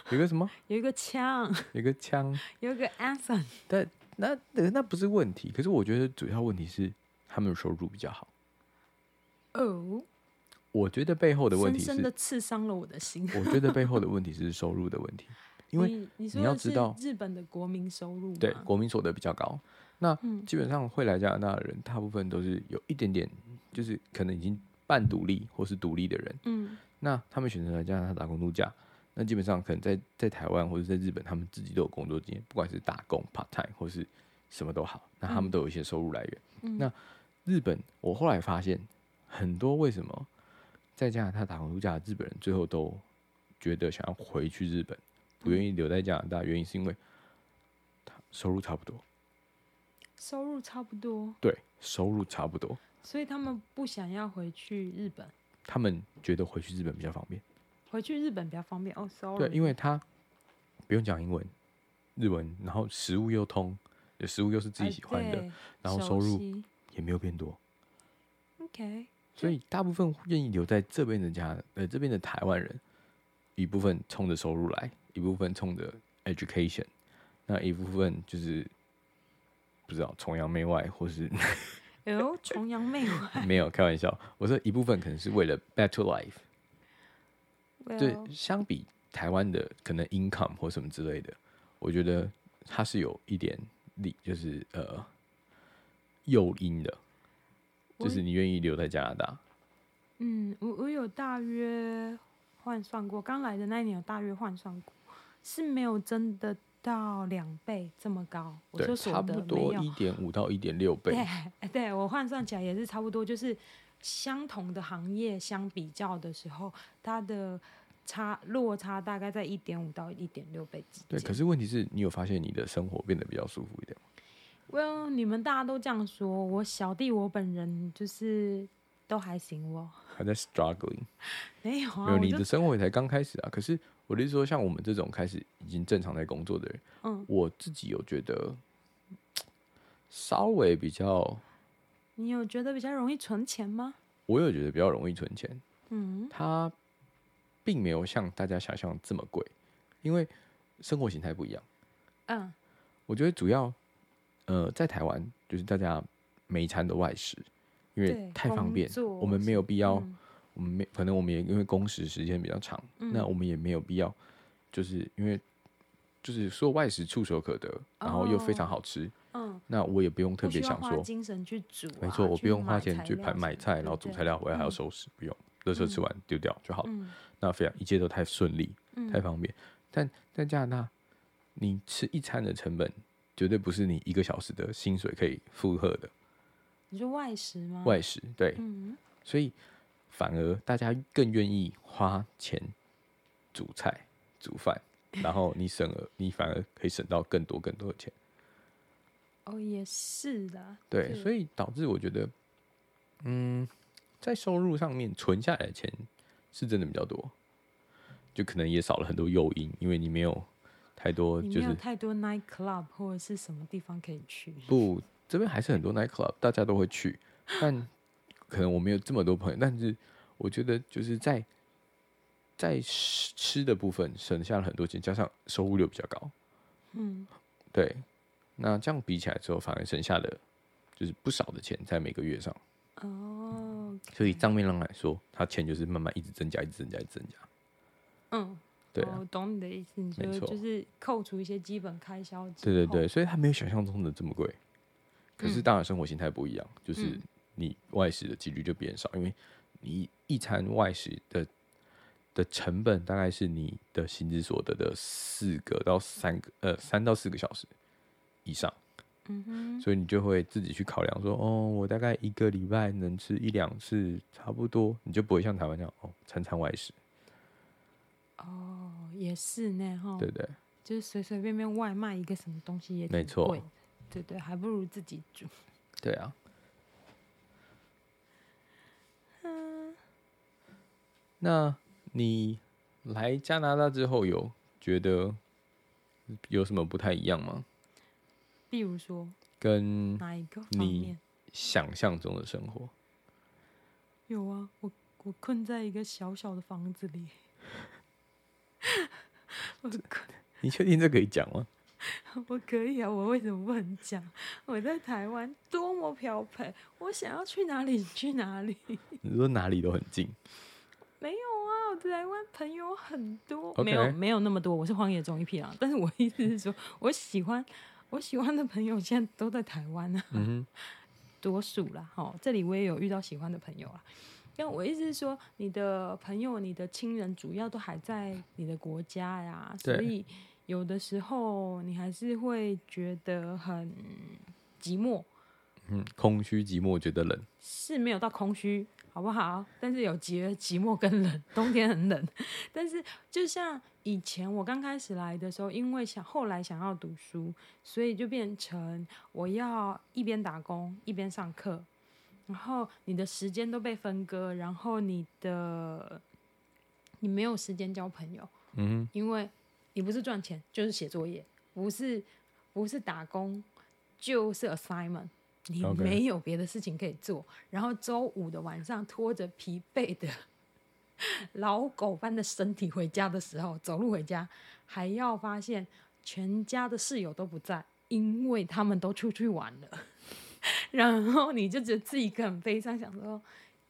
[SPEAKER 2] 我
[SPEAKER 1] 有个什么，
[SPEAKER 2] 有一个腔，
[SPEAKER 1] 有个腔。
[SPEAKER 2] 有一个 accent。
[SPEAKER 1] 但那呃那不是问题，可是我觉得主要问题是他们的收入比较好。
[SPEAKER 2] 哦，
[SPEAKER 1] 我觉得背后的问
[SPEAKER 2] 深
[SPEAKER 1] 题是，
[SPEAKER 2] 深的刺伤了我的心。
[SPEAKER 1] 我觉得背后的问题是收入的问题，因为
[SPEAKER 2] 你你
[SPEAKER 1] 你
[SPEAKER 2] 说
[SPEAKER 1] 要
[SPEAKER 2] 的
[SPEAKER 1] 知
[SPEAKER 2] 是
[SPEAKER 1] 道
[SPEAKER 2] 日本的国民收入吗？
[SPEAKER 1] 对国民所得比较高。那
[SPEAKER 2] 嗯
[SPEAKER 1] 基本上会来加拿大的人，大部分都是有一点点，就是可能已经半独立或是独立的人。
[SPEAKER 2] 嗯，
[SPEAKER 1] 那他们选择来加拿大打工度假，那基本上可能在在台湾或者在日本，他们自己都有工作经验，不管是打工 part time 或是什么都好，那他们都有一些收入来源。
[SPEAKER 2] 嗯
[SPEAKER 1] 那日本，我后来发现很多为什么在加拿大打工度假的日本人，最后都觉得想要回去日本，不愿意留在加拿大，原因是因为他收入差不多，
[SPEAKER 2] 收入差不多，
[SPEAKER 1] 对，收入差不多，
[SPEAKER 2] 所以他们不想要回去日本，
[SPEAKER 1] 他们觉得回去日本比较方便。
[SPEAKER 2] 回去日本比较方便。哦，sorry，
[SPEAKER 1] 对，因为他不用讲英文、日文，然后食物又通，食物又是自己喜欢的，
[SPEAKER 2] 哎
[SPEAKER 1] 然后
[SPEAKER 2] 对
[SPEAKER 1] 收
[SPEAKER 2] 熟
[SPEAKER 1] 入
[SPEAKER 2] 悉
[SPEAKER 1] 也没有变多，
[SPEAKER 2] OK，
[SPEAKER 1] 所以大部分愿意留在这边的家，呃，这边的台湾人，一部分冲着收入来，一部分冲着 education，那一部分就是不知道崇洋媚外，或是
[SPEAKER 2] 哎呦，崇洋媚外。
[SPEAKER 1] 没有开玩笑，我说一部分可能是为了 better life，对
[SPEAKER 2] Well，，
[SPEAKER 1] 相比台湾的可能 income 或什么之类的，我觉得它是有一点力，就是呃诱因的，
[SPEAKER 2] 我
[SPEAKER 1] 就是你愿意留在加拿大。
[SPEAKER 2] 嗯，我我有大约换算过，刚来的那一年有大约换算过，是没有真的到两倍这么高。我
[SPEAKER 1] 对，
[SPEAKER 2] 说
[SPEAKER 1] 差
[SPEAKER 2] 所
[SPEAKER 1] 不
[SPEAKER 2] 得没
[SPEAKER 1] 多
[SPEAKER 2] 有
[SPEAKER 1] 一，点五到一点六倍。
[SPEAKER 2] 对，对我换算起来也是差不多，就是相同的行业相比较的时候，它的差落差大概在一点五到一点六倍之
[SPEAKER 1] 对，
[SPEAKER 2] 间。
[SPEAKER 1] 可是问题是你有发现你的生活变得比较舒服一点吗？
[SPEAKER 2] Well，你们大家都这样说，我小弟我本人就是都还行哦，
[SPEAKER 1] 还在 struggling，
[SPEAKER 2] 没有
[SPEAKER 1] 没
[SPEAKER 2] 啊，
[SPEAKER 1] 有，
[SPEAKER 2] 我
[SPEAKER 1] 你
[SPEAKER 2] 就
[SPEAKER 1] 的生活也才刚开始啊。可是我的意思说，像我们这种开始已经正常在工作的人，
[SPEAKER 2] 嗯，
[SPEAKER 1] 我自己有觉得稍微比较，
[SPEAKER 2] 你有觉得比较容易存钱吗？
[SPEAKER 1] 我有觉得比较容易存钱。
[SPEAKER 2] 嗯
[SPEAKER 1] 它并没有像大家想象的这么贵，因为生活形态不一样。
[SPEAKER 2] 嗯
[SPEAKER 1] 我觉得主要，呃，在台湾就是大家每一餐都外食，因为
[SPEAKER 2] 对
[SPEAKER 1] 太方
[SPEAKER 2] 工
[SPEAKER 1] 便，
[SPEAKER 2] 作
[SPEAKER 1] 我们没有必要，
[SPEAKER 2] 嗯
[SPEAKER 1] 我们没可能我们也因为工时时间比较长，那
[SPEAKER 2] 嗯
[SPEAKER 1] 我们也没有必要，就是因为就是所有外食触手可得，然后又非常
[SPEAKER 2] 哦
[SPEAKER 1] 好吃，
[SPEAKER 2] 嗯，
[SPEAKER 1] 那我也不用特
[SPEAKER 2] 不
[SPEAKER 1] 别
[SPEAKER 2] 需要
[SPEAKER 1] 想
[SPEAKER 2] 花
[SPEAKER 1] 说，
[SPEAKER 2] 精神去煮啊、
[SPEAKER 1] 没错，我不用花
[SPEAKER 2] 买
[SPEAKER 1] 钱
[SPEAKER 2] 材
[SPEAKER 1] 去
[SPEAKER 2] 料
[SPEAKER 1] 买
[SPEAKER 2] 什
[SPEAKER 1] 买
[SPEAKER 2] 么的
[SPEAKER 1] 菜，
[SPEAKER 2] 对
[SPEAKER 1] 然后
[SPEAKER 2] 不
[SPEAKER 1] 煮
[SPEAKER 2] 对
[SPEAKER 1] 材料回来还要
[SPEAKER 2] 嗯
[SPEAKER 1] 收拾，不用，垃圾吃完丢掉就好了。
[SPEAKER 2] 嗯
[SPEAKER 1] 那非常一切都太顺利，
[SPEAKER 2] 嗯
[SPEAKER 1] 太方便。但在加拿大，你吃一餐的成本绝对不是你一个小时的薪水可以负荷的。
[SPEAKER 2] 你说外食吗？
[SPEAKER 1] 外食对，
[SPEAKER 2] 嗯
[SPEAKER 1] 所以反而大家更愿意花钱煮菜、煮饭，然后你省了，你反而可以省到更多更多的钱。
[SPEAKER 2] 哦也是的，
[SPEAKER 1] 对，所
[SPEAKER 2] 以
[SPEAKER 1] 以导致我觉得，嗯，在收入上面存下来的钱是真的比较多，就可能也少了很多诱因，因为你没有太多
[SPEAKER 2] 你
[SPEAKER 1] 就
[SPEAKER 2] 没有
[SPEAKER 1] 是
[SPEAKER 2] 太多 night club 或者是什么地方可以去。
[SPEAKER 1] 不这边还是很多 night club，大家都会去，但可能我没有这么多朋友，但是我觉得就是在在吃吃的部分省下了很多钱，加上收入又比较高，
[SPEAKER 2] 嗯，
[SPEAKER 1] 对，那这样比起来之后，反而省下的就是不少的钱在每个月上。
[SPEAKER 2] 哦，
[SPEAKER 1] 所以账面上来说，他钱就是慢慢一直增加，一直增加，一直增加。
[SPEAKER 2] 嗯，
[SPEAKER 1] 对啊
[SPEAKER 2] 我懂你的意思，你
[SPEAKER 1] 没
[SPEAKER 2] 说
[SPEAKER 1] 错
[SPEAKER 2] 就是扣除一些基本开销之
[SPEAKER 1] 对对
[SPEAKER 2] 后
[SPEAKER 1] 对，，所以它没有想象中的这么贵。可是
[SPEAKER 2] 嗯
[SPEAKER 1] 当然生活形态不一样，就是
[SPEAKER 2] 嗯
[SPEAKER 1] 你外食的几率就变少，因为你一餐外食的的成本大概是你的薪资所得的四个到三个呃三到四个小时以上，
[SPEAKER 2] 嗯哼，
[SPEAKER 1] 所以你就会自己去考量说，哦，我大概一个礼拜能吃一两次，差不多，你就不会像台湾那样哦，餐餐外食，
[SPEAKER 2] 哦，也是呢哈，
[SPEAKER 1] 对不对？
[SPEAKER 2] 就是随随便便外卖一个什么东西也
[SPEAKER 1] 没
[SPEAKER 2] 挺
[SPEAKER 1] 错
[SPEAKER 2] 贵的，对对，还不如自己煮。
[SPEAKER 1] 对啊，那你来加拿大之后有觉得有什么不太一样吗？
[SPEAKER 2] 例如说
[SPEAKER 1] 跟
[SPEAKER 2] 哪一个方
[SPEAKER 1] 你
[SPEAKER 2] 面？
[SPEAKER 1] 想象中的生活，
[SPEAKER 2] 有啊，我我困在一个小小的房子里， 我困
[SPEAKER 1] 你确定这可以讲吗？
[SPEAKER 2] 我可以啊，我为什么不能讲？ 我在台湾多么漂泊，我想要去哪里去哪里。
[SPEAKER 1] 你说哪里都很近，
[SPEAKER 2] 没有啊，我台湾朋友很多
[SPEAKER 1] OK
[SPEAKER 2] 没有没有那么多，我是荒野中一匹狼。 但是我意思是说，我喜欢 我喜欢的朋友现在都在台湾啊，
[SPEAKER 1] 嗯
[SPEAKER 2] 多数啦，哈，这里我也有遇到喜欢的朋友啊。但我意思是说，你的朋友、你的亲人主要都还在你的国家呀，所
[SPEAKER 1] 对
[SPEAKER 2] 以有的时候你还是会觉得很寂寞，
[SPEAKER 1] 嗯，空虚寂寞觉得冷，
[SPEAKER 2] 是没有到空虚，好不好？但是有寂 寂寞跟冷，冬天很冷。但是就像以前我刚开始来的时候，因为想后来想要读书，所以就变成我要一边打工一边上课，然后你的时间都被分割，然后你的你没有时间交朋友，
[SPEAKER 1] 嗯
[SPEAKER 2] 因为你不是赚钱就是写作业，不是不是打工就是 assignment，你
[SPEAKER 1] OK
[SPEAKER 2] 没有别的事情可以做。然后周五的晚上拖着疲惫的 老狗般的身体回家的时候，走路回家，还要发现全家的室友都不在，因为他们都出去玩了。 然后你就觉得自己一个很悲伤，想说，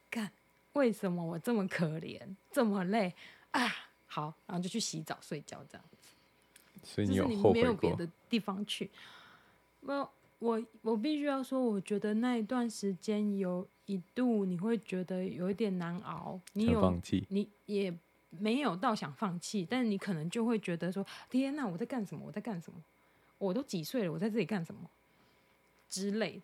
[SPEAKER 2] 干，为什么我这么可怜，这么累啊？好，然后就去洗澡睡觉，这样
[SPEAKER 1] 哼，所以
[SPEAKER 2] 就
[SPEAKER 1] 你
[SPEAKER 2] 是
[SPEAKER 1] 有
[SPEAKER 2] 你
[SPEAKER 1] 后
[SPEAKER 2] 没有
[SPEAKER 1] 悔
[SPEAKER 2] 别
[SPEAKER 1] 过？
[SPEAKER 2] 的地方去。我我我必须要说，我觉得那一段时间有一度你会觉得有一点难熬，你
[SPEAKER 1] 想
[SPEAKER 2] 有
[SPEAKER 1] 放弃？
[SPEAKER 2] 你也没有到想放弃，但是你可能就会觉得说：“天哪，我在干什么？我在干什么？我都几岁了，我在这里干什么？”之类的。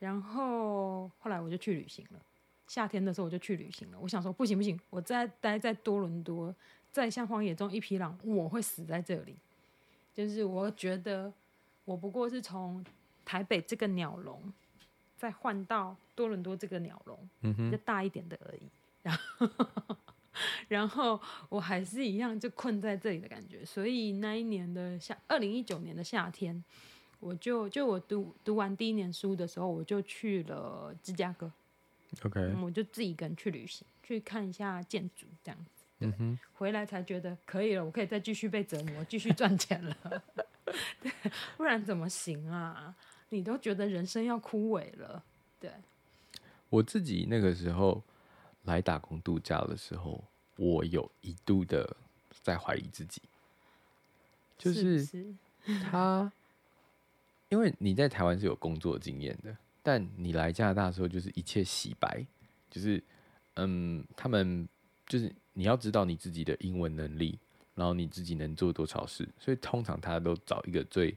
[SPEAKER 2] 然后后来我就去旅行了，夏天的时候我就去旅行了。我想说，不行不行，我再待在多伦多，再像荒野中一匹狼，我会死在这里。就是我觉得，我不过是从台北这个鸟笼，再换到多伦多这个鸟笼，
[SPEAKER 1] 嗯
[SPEAKER 2] 比较
[SPEAKER 1] 哼，
[SPEAKER 2] 大一点的而已。然后，然后我还是一样就困在这里的感觉。所以那一年的夏，二零一九年的夏天，我就就我读读完第一年书的时候，我就去了芝加哥，
[SPEAKER 1] ，OK，
[SPEAKER 2] 嗯我就自己一个人去旅行，去看一下建筑这样。
[SPEAKER 1] 嗯哼，
[SPEAKER 2] 回来才觉得可以了，我可以再继续被折磨，继续赚钱了， 对，不然怎么行啊？你都觉得人生要枯萎了，对，
[SPEAKER 1] 我自己那个时候来打工度假的时候，我有一度的在怀疑自己，就是是
[SPEAKER 2] 不是
[SPEAKER 1] 他，因为你在台湾是有工作经验的，但你来加拿大的时候就是一切洗白，就是嗯，他们就是你要知道你自己的英文能力，然后你自己能做多少事，所以通常他都找一个最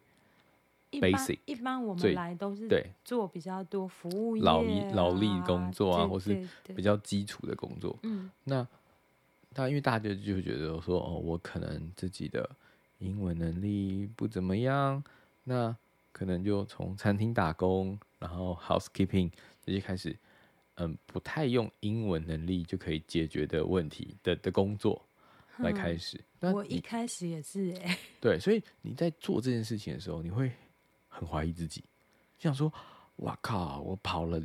[SPEAKER 2] 一般
[SPEAKER 1] basic，
[SPEAKER 2] 一般我们
[SPEAKER 1] 最
[SPEAKER 2] 来都是
[SPEAKER 1] 对
[SPEAKER 2] 做比较多服务业、啊、
[SPEAKER 1] 劳力劳力工作啊
[SPEAKER 2] 对
[SPEAKER 1] 或是
[SPEAKER 2] 对对
[SPEAKER 1] 比较基础的工作。
[SPEAKER 2] 嗯
[SPEAKER 1] 那那因为大家就会觉得说，哦，我可能自己的英文能力不怎么样，那可能就从餐厅打工，然后 housekeeping 这些开始，嗯，不太用英文能力就可以解决的问题的的工作来开始。那
[SPEAKER 2] 我一
[SPEAKER 1] 你
[SPEAKER 2] 开始也是、欸，
[SPEAKER 1] 对，所以你在做这件事情的时候，你会很怀疑自己，就想说：“哇靠，我跑了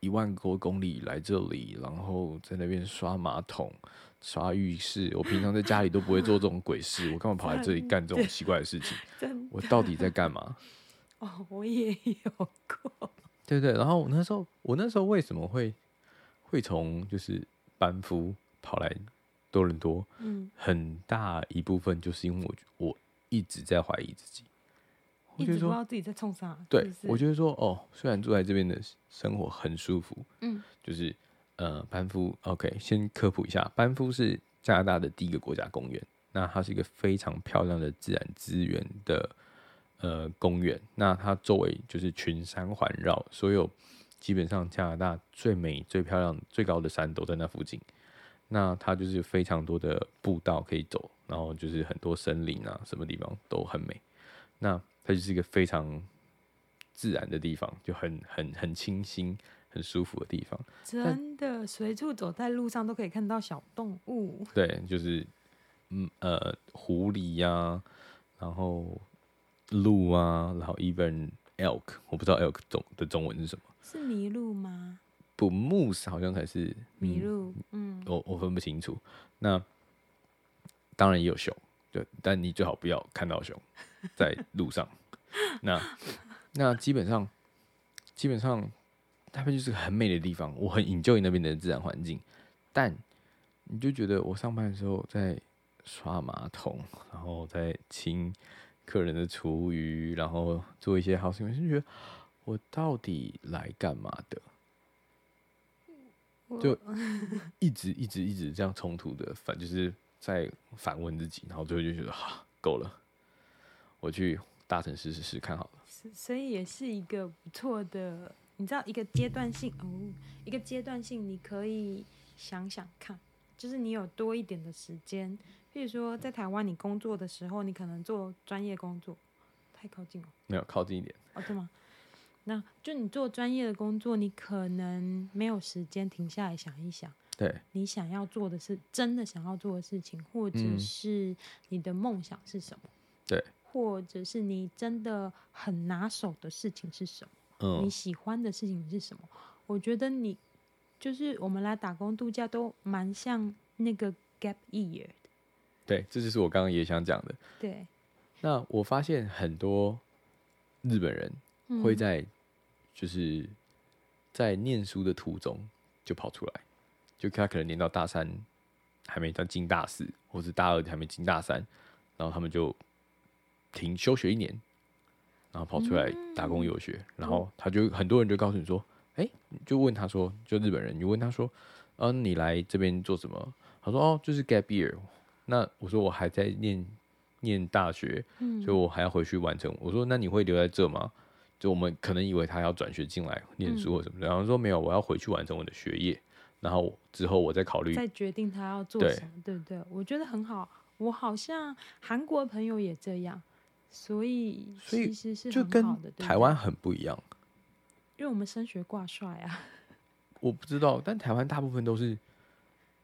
[SPEAKER 1] 一万多公里来这里，然后在那边刷马桶、刷浴室，我平常在家里都不会做这种鬼事，我干嘛跑来这里干这种奇怪的事情？
[SPEAKER 2] 真
[SPEAKER 1] 我到底在干嘛？”
[SPEAKER 2] 哦，我也有 过，
[SPEAKER 1] 对对，然后我那时候，我那时候为什么会会从就是班夫跑来多伦多，
[SPEAKER 2] 嗯，
[SPEAKER 1] 很大一部分就是因为我我一直在怀疑自己，我
[SPEAKER 2] 一
[SPEAKER 1] 觉得
[SPEAKER 2] 直不知
[SPEAKER 1] 说，
[SPEAKER 2] 道自己在冲啥。
[SPEAKER 1] 对
[SPEAKER 2] 是不是
[SPEAKER 1] 我觉得说，哦，虽然住在这边的生活很舒服，
[SPEAKER 2] 嗯，
[SPEAKER 1] 就是呃，班夫，OK，先科普一下，班夫是加拿大的第一个国家公园，那它是一个非常漂亮的自然资源的呃公园，那它周围就是群山环绕，所有基本上加拿大最美、最漂亮、最高的山都在那附近。那它就是非常多的步道可以走，然后就是很多森林啊，什么地方都很美。那它就是一个非常自然的地方，就很很很清新、很舒服的地方。
[SPEAKER 2] 真的随处走在路上都可以看到小动 物。
[SPEAKER 1] 对，就是嗯呃，狐狸呀、然后鹿啊，然后 even elk，我不知道 elk 中的中文是什么，
[SPEAKER 2] 是麋鹿吗？
[SPEAKER 1] 不，moose 好像才是
[SPEAKER 2] 麋鹿，嗯，
[SPEAKER 1] 我我分不清楚。那当然也有熊，对，但你最好不要看到熊在路上。 那那基本上基本上那边就是个很美的地方，我很 enjoy 那边的自然环境，但你就觉得我上班的时候在刷马桶，然后在清客人的厨余，然后做一些 housing，就觉得我到底来干嘛的？
[SPEAKER 2] 我
[SPEAKER 1] 就一直一直一直这样冲突的反，就是在反问自己，然后最后就觉得哈、够了，我去大城市试试看好了。
[SPEAKER 2] 是所以也是一个不错的，你知道一个阶段性哦，一个阶段性你可以想想看，就是你有多一点的时间，譬如说在台湾你工作的时候，你可能做专业工作，太靠近了。
[SPEAKER 1] 没有靠近一点，
[SPEAKER 2] 哦，对吗？那就你做专业的工作，你可能没有时间停下来想一想，
[SPEAKER 1] 对
[SPEAKER 2] 你想要做的是真的想要做的事情，或者
[SPEAKER 1] 嗯
[SPEAKER 2] 是你的梦想是什么，
[SPEAKER 1] 对，
[SPEAKER 2] 或者是你真的很拿手的事情是什么，
[SPEAKER 1] 嗯
[SPEAKER 2] 你，喜欢的事情是什么？我觉得你就是我们来打工度假都蛮像那个 gap year 的，
[SPEAKER 1] 对，这就是我刚刚也想讲的。
[SPEAKER 2] 对，
[SPEAKER 1] 那我发现很多日本人会
[SPEAKER 2] 嗯
[SPEAKER 1] 在、就是在念书的途中就跑出来，就他可能念到大三还没到进大四，或是大二还没进大三，然后他们就停休学一年，然后跑出来打工游学，然后他就很多人就告诉你说，哎、就问他说，就日本人，你问他说，嗯、你来这边做什么？他说哦，就是 gap year。那我说我还在念念大学，
[SPEAKER 2] 嗯
[SPEAKER 1] 所以我还要回去完成。我说那你会留在这吗？就我们可能以为他要转学进来念
[SPEAKER 2] 嗯
[SPEAKER 1] 书或什么的，然后说没有，我要回去完成我的学业，然后之后我再考虑。
[SPEAKER 2] 再决定他要做
[SPEAKER 1] 对
[SPEAKER 2] 什么，对不对？我觉得很好，我好像韩国朋友也这样，所以
[SPEAKER 1] 所以
[SPEAKER 2] 其实是
[SPEAKER 1] 就
[SPEAKER 2] 很
[SPEAKER 1] 跟
[SPEAKER 2] 好的。对不
[SPEAKER 1] 台
[SPEAKER 2] 对
[SPEAKER 1] 湾，很不一样，
[SPEAKER 2] 因为我们升学挂帅啊，
[SPEAKER 1] 我不知道，但台湾大部分都是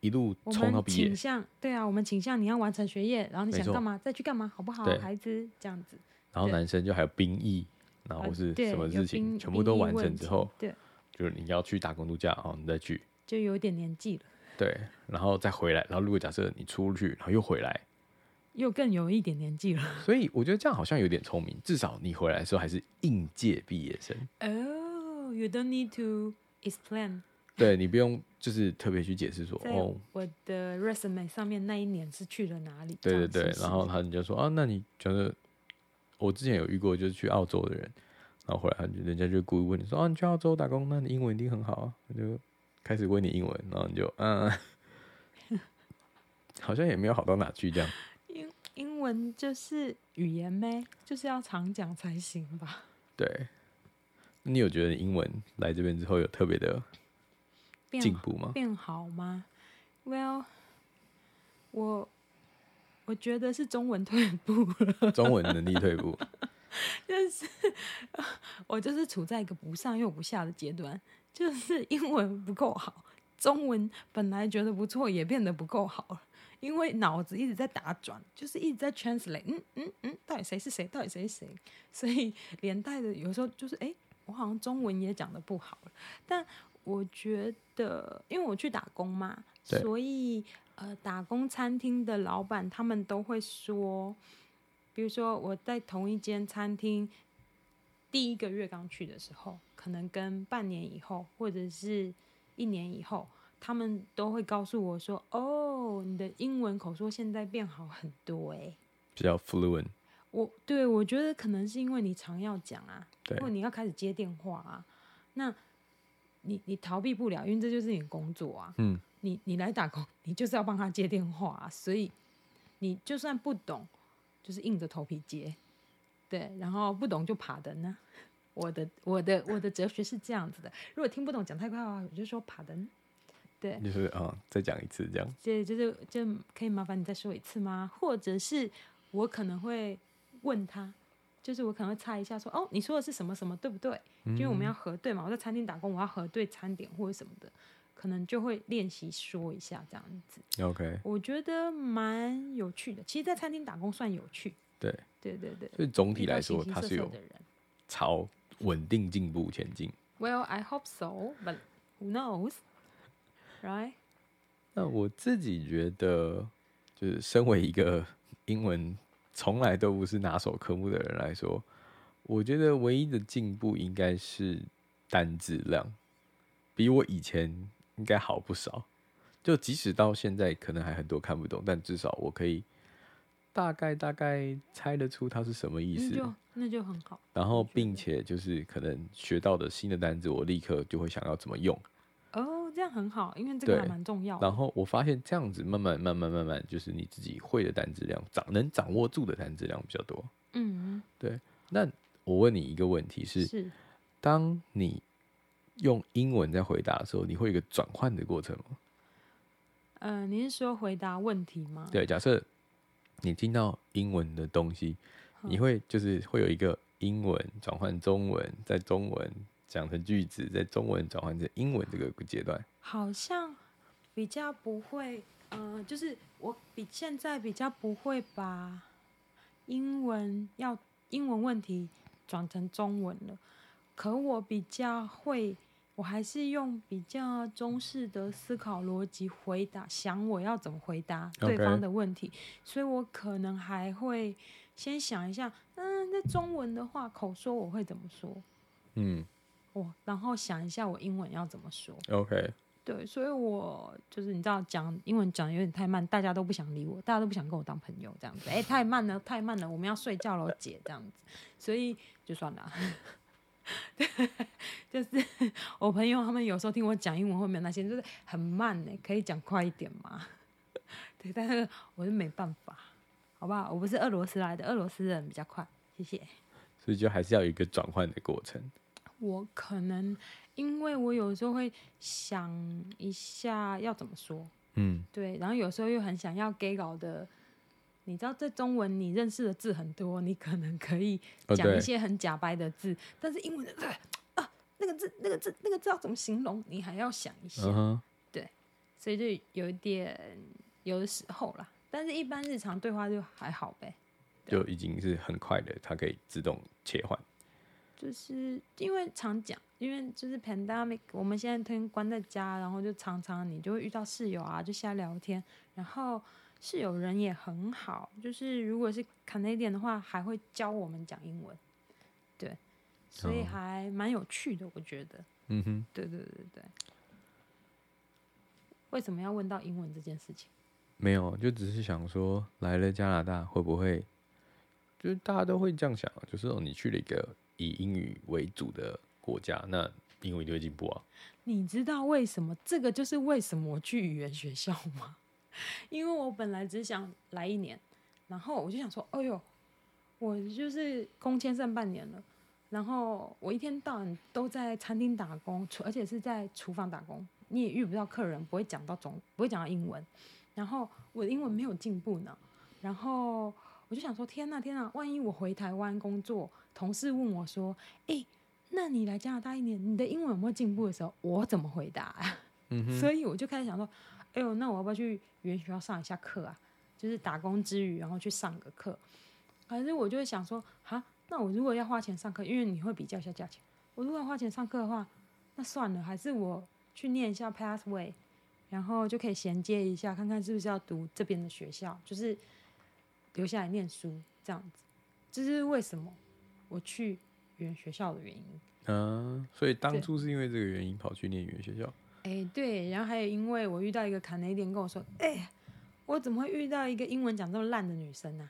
[SPEAKER 1] 一路
[SPEAKER 2] 我
[SPEAKER 1] 冲到
[SPEAKER 2] 们
[SPEAKER 1] 毕业
[SPEAKER 2] 倾，向对啊，我们倾向你要完成学业，然后你
[SPEAKER 1] 没
[SPEAKER 2] 想
[SPEAKER 1] 错
[SPEAKER 2] 干嘛再去干嘛，好不好
[SPEAKER 1] 对，
[SPEAKER 2] 孩子？这样子，
[SPEAKER 1] 然后
[SPEAKER 2] 对
[SPEAKER 1] 男生就还有兵役，然后
[SPEAKER 2] 呃
[SPEAKER 1] 或是
[SPEAKER 2] 对
[SPEAKER 1] 什么
[SPEAKER 2] 有
[SPEAKER 1] 事情
[SPEAKER 2] 兵
[SPEAKER 1] 全部都完
[SPEAKER 2] 兵役
[SPEAKER 1] 成
[SPEAKER 2] 问
[SPEAKER 1] 之
[SPEAKER 2] 题
[SPEAKER 1] 后，
[SPEAKER 2] 对，
[SPEAKER 1] 就是你要去打工度假哦，你再去，
[SPEAKER 2] 就有点年纪了，
[SPEAKER 1] 对，然后再回来，然后如果假设你出去，然后又回来，
[SPEAKER 2] 又更有一点年纪了。
[SPEAKER 1] 所以我觉得这样好像有点聪明，至少你回来的时候还是应届毕业生，
[SPEAKER 2] Oh, you don't need to explain。
[SPEAKER 1] 对你不用就是特别去解释说
[SPEAKER 2] 在
[SPEAKER 1] 哦，
[SPEAKER 2] 我的 resume 上面那一年是去了哪里？
[SPEAKER 1] 对
[SPEAKER 2] 这
[SPEAKER 1] 对
[SPEAKER 2] 样
[SPEAKER 1] 对
[SPEAKER 2] 是，不
[SPEAKER 1] 然
[SPEAKER 2] 是
[SPEAKER 1] 后他们就说啊，那你觉得我之前有遇过，就是去澳洲的人，然后回来他就人家就故意问你说啊，你去澳洲打工，那你英文一定很好啊，他就开始问你英文，然后你就嗯， 好像也没有好到哪去这样。
[SPEAKER 2] 英英文就是语言呗，就是要常讲才行吧。
[SPEAKER 1] 对，你有觉得英文来这边之后有特别的进
[SPEAKER 2] 变
[SPEAKER 1] 步吗？
[SPEAKER 2] 变好吗？Well，我我觉得是中文退步了，
[SPEAKER 1] 中文能力退步，
[SPEAKER 2] 我就是处在一个不上又不下的阶段，就是英文不够好，中文本来觉得不错也变得不够好了。因为脑子一直在打转，就是一直在 translate，嗯嗯嗯，到底谁是谁，到底谁是谁，所以连带的有时候就是，哎、我好像中文也讲的不好了。但我觉得，因为我去打工嘛，
[SPEAKER 1] 对
[SPEAKER 2] 所以呃，打工餐厅的老板他们都会说，比如说我在同一间餐厅，第一个月刚去的时候，可能跟半年以后，或者是一年以后，他们都会告诉我说：“哦，你的英文口说现在变好很多、欸。”哎，
[SPEAKER 1] 比较 fluent，
[SPEAKER 2] 我对我觉得可能是因为你常要讲啊，
[SPEAKER 1] 对
[SPEAKER 2] 或者你要开始接电话啊，那你你逃避不了，因为这就是你的工作啊。
[SPEAKER 1] 嗯，
[SPEAKER 2] 你你来打工，你就是要帮他接电话、啊，所以你就算不懂，就是硬着头皮接。对，然后不懂就爬的呢。我的我的我的哲学是这样子的，如果听不懂讲太快的话，我就说爬的。对，
[SPEAKER 1] 就是啊、再讲一次这样，
[SPEAKER 2] 这就是这可以麻烦你再说一次吗？或者是我可能会问他，就是我可能会猜一下说，哦，你说的是什么什么，对不对？因为我
[SPEAKER 1] 嗯
[SPEAKER 2] 们要核对嘛，我在餐厅打工，我要核对餐点或者什么的，可能就会练习说一下这样子。
[SPEAKER 1] 嗯 OK，
[SPEAKER 2] 我觉得蛮有趣的。其实，在餐厅打工算有趣。
[SPEAKER 1] 对，
[SPEAKER 2] 对对对，
[SPEAKER 1] 所以总
[SPEAKER 2] 总
[SPEAKER 1] 体来说，它是有
[SPEAKER 2] 的人。
[SPEAKER 1] 朝稳定进步前进。
[SPEAKER 2] Well, I hope so, but who knows, right?
[SPEAKER 1] 那我自己觉得，就是身为一个英文从来都不是拿手科目的人来说，我觉得唯一的进步应该是单字量，比我以前应该好不少。就即使到现在，可能还很多看不懂，但至少我可以大概大概猜得出它是什么意
[SPEAKER 2] 那
[SPEAKER 1] 思。
[SPEAKER 2] 嗯就那就很好。
[SPEAKER 1] 然后，并且就是可能学到的新的单字，我立刻就会想要怎么用。
[SPEAKER 2] 哦、这样很好，因为这个还
[SPEAKER 1] 对
[SPEAKER 2] 蛮重要的。
[SPEAKER 1] 然后我发现这样子慢慢慢慢慢慢，就是你自己会的单质量掌能掌握住的单质量比较多。
[SPEAKER 2] 嗯，
[SPEAKER 1] 那我问你一个问题是：
[SPEAKER 2] 是
[SPEAKER 1] 当你用英文在回答的时候，你会有一个转换的过程吗？
[SPEAKER 2] 呃，你是说回答问题吗？
[SPEAKER 1] 对，假设你听到英文的东西，你会就是会有一个英文转换中文，在中文讲成句子，在中文转换成英文这个阶段。
[SPEAKER 2] 好像比较不会，呃，就是我比现在比较不会把英文要英文问题转成中文了，可我比较会，我还是用比较中式的思考逻辑回答，想我要怎么回答对
[SPEAKER 1] OK
[SPEAKER 2] 方的问题所以我可能还会先想一下，嗯，那中文的话，口说我会怎么说，
[SPEAKER 1] 嗯
[SPEAKER 2] 我然后想一下我英文要怎么说。
[SPEAKER 1] ，OK，
[SPEAKER 2] 对，所以我就是你知道讲英文讲得有点太慢，大家都不想理我，大家都不想跟我当朋友这样子。哎、太慢了，太慢了，我们要睡觉了，姐这样子，所以就算了。 对，就是 我朋友他们有时候听我讲英文，后面那些就是很慢呢、可以讲快一点吗？ 对，但是我是没办法，好不好？我不是俄罗斯来的，俄罗斯人比较快，谢谢。
[SPEAKER 1] 所以就还是要有一个转换的过程。
[SPEAKER 2] 我可能因为我有时候会想一下要怎么说，
[SPEAKER 1] 嗯，
[SPEAKER 2] 对，然后有时候又很想要 gay 搞的，你知道，在中文你认识的字很多，你可能可以
[SPEAKER 1] 哦
[SPEAKER 2] 讲
[SPEAKER 1] 对
[SPEAKER 2] 一，些很假白的字，但是英文的字啊，那个字、那个字、那个字要怎么形容，你还要想一下，
[SPEAKER 1] 嗯哼。
[SPEAKER 2] 所以就有一点有的时候啦，但是一般日常对话就还好呗，
[SPEAKER 1] 就已经是很快的，它可以自动切换。
[SPEAKER 2] 就是因为常讲，因为就是 pandemic，我们现在天天关在家，然后就常常你就会遇到室友啊，就瞎聊天，然后室友人也很好，就是如果是 Canadian 的话，还会教我们讲英文，对，所以
[SPEAKER 1] 哦
[SPEAKER 2] 还蛮有趣的，我觉得，
[SPEAKER 1] 嗯哼，
[SPEAKER 2] 对对对对。为什么要问到英文这件事情？
[SPEAKER 1] 没有，就只是想说，来了加拿大会不会，就是大家都会这样想，就是哦你去了一个以英语为主的国家，那英文就会进步啊。
[SPEAKER 2] 你知道为什么？这个就是为什么我去语言学校吗？ 因为我本来只想来一年，然后我就想说，哎呦，我就是工签剩半年了，然后我一天到晚都在餐厅打工，厨而且是在厨房打工，你也遇不到客人，不会讲到中，不会讲到英文，然后我的英文没有进步呢，然后我就想说，天呐天呐，万一我回台湾工作，同事问我说，哎、那你来加拿大一年，你的英文有没有进步的时候，我怎么回答、啊？
[SPEAKER 1] 嗯哼，
[SPEAKER 2] 所以我就开始想说，哎呦，那我要不要去语言学校上一下课啊？就是打工之余，然后去上个课。反正我就会想说，哈，那我如果要花钱上课，因为你会比较一下价钱，我如果要花钱上课的话，那算了，还是我去念一下 pathway，然后就可以衔接一下，看看是不是要读这边的学校，就是留下来念书这样子。这是为什么我去语言学校的原因。
[SPEAKER 1] 嗯、所以当
[SPEAKER 2] 对
[SPEAKER 1] 初是因为这个原因跑去念语言学校。
[SPEAKER 2] 哎，对，然后还有因为我遇到一个 Canadian 跟我说，哎，我怎么会遇到一个英文讲这么烂的女生呢、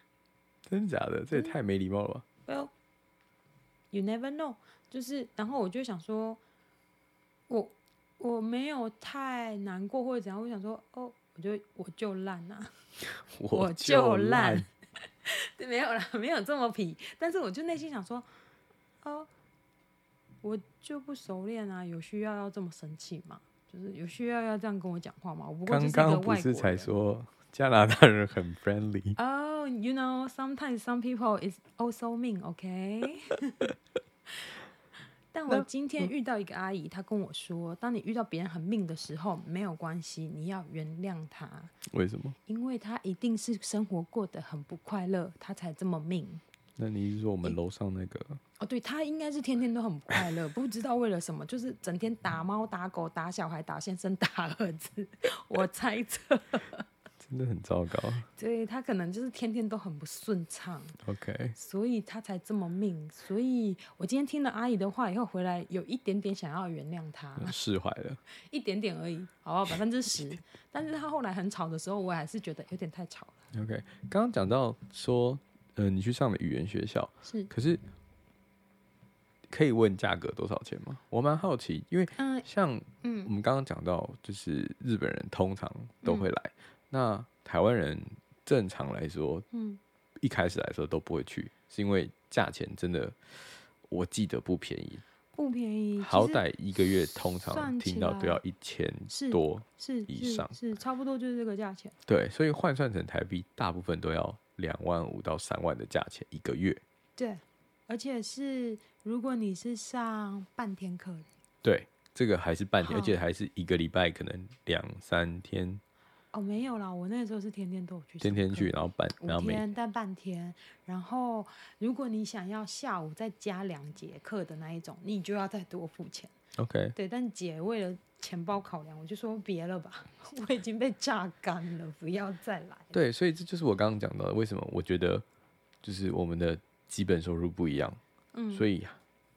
[SPEAKER 1] 真的假的？这也太没礼貌了吧！
[SPEAKER 2] Well, you never know，就是，然后我就想说，我我没有太难过或者怎样，我想说，哦，我就我就烂啊， 我就烂，对没有啦，没有这么皮，但是我就内心想说，哦，我就不熟练啊，有需要要这么生气吗？就是有需要要这样跟我讲话吗？我不过就是
[SPEAKER 1] 刚
[SPEAKER 2] 一个
[SPEAKER 1] 刚不
[SPEAKER 2] 外国
[SPEAKER 1] 是
[SPEAKER 2] 人。
[SPEAKER 1] 才说加拿大人很 friendly？
[SPEAKER 2] Oh, you know, sometimes some people is also mean, OK 。但我嗯今天遇到一个阿姨，她跟我说，当你遇到别人很命的时候，没有关系，你要原谅她，
[SPEAKER 1] 为什么？
[SPEAKER 2] 因为她一定是生活过得很不快乐，她才这么命。
[SPEAKER 1] 那你是说我们楼上那个？
[SPEAKER 2] 哦，对，她应该是天天都很不快乐，不知道为了什么，就是整天打猫、打狗、打小孩、打先生、打儿子，我猜测。
[SPEAKER 1] 真的很糟糕。
[SPEAKER 2] 对她可能就是天天都很不顺畅。
[SPEAKER 1] OK，
[SPEAKER 2] 所以他才这么命。所以我今天听了阿姨的话以后回来，有一点点想要原谅他，
[SPEAKER 1] 释怀了。
[SPEAKER 2] 一点点而已，好吧，百分之十。但是他后来很吵的时候，我还是觉得有点太吵了。
[SPEAKER 1] OK，刚刚讲到说，呃，你去上了语言学校，
[SPEAKER 2] 是，
[SPEAKER 1] 可是可以问价格多少钱吗？我蛮好奇，因为
[SPEAKER 2] 嗯
[SPEAKER 1] 像我
[SPEAKER 2] 嗯，
[SPEAKER 1] 们刚刚讲到，就是日本人通常都
[SPEAKER 2] 嗯
[SPEAKER 1] 会来，那台湾人正常来说，
[SPEAKER 2] 嗯，
[SPEAKER 1] 一开始来说都不会去，是因为价钱真的。我记得不便宜，
[SPEAKER 2] 不便宜，其
[SPEAKER 1] 好
[SPEAKER 2] 实
[SPEAKER 1] 歹一个月通
[SPEAKER 2] 算
[SPEAKER 1] 常
[SPEAKER 2] 起
[SPEAKER 1] 听到都要
[SPEAKER 2] 来
[SPEAKER 1] 一千
[SPEAKER 2] 是
[SPEAKER 1] 多，
[SPEAKER 2] 是
[SPEAKER 1] 以
[SPEAKER 2] 是
[SPEAKER 1] 上
[SPEAKER 2] 是差不多就是这个价钱。
[SPEAKER 1] 对，所以换算成台币，大部分都要两万五到三万的价钱一个月。
[SPEAKER 2] 对，而且是如果你是上半天课，
[SPEAKER 1] 对，这个还是半天，而
[SPEAKER 2] 好
[SPEAKER 1] 且还是一个礼拜，可能两三天，
[SPEAKER 2] 哦，没有啦，我那时候是天天都有去，
[SPEAKER 1] 天天去，。然后半，然
[SPEAKER 2] 五
[SPEAKER 1] 后每
[SPEAKER 2] 天但半天，然后如果你想要下午再加两节课的那一种，你就要再多付钱。
[SPEAKER 1] OK，
[SPEAKER 2] 对，但姐为了钱包考量，我就说别了吧，我已经被榨干了，不要再来。
[SPEAKER 1] 对，所以这就是我刚刚讲到的，为什么我觉得就是我们的基本收入不一样，
[SPEAKER 2] 嗯，
[SPEAKER 1] 所以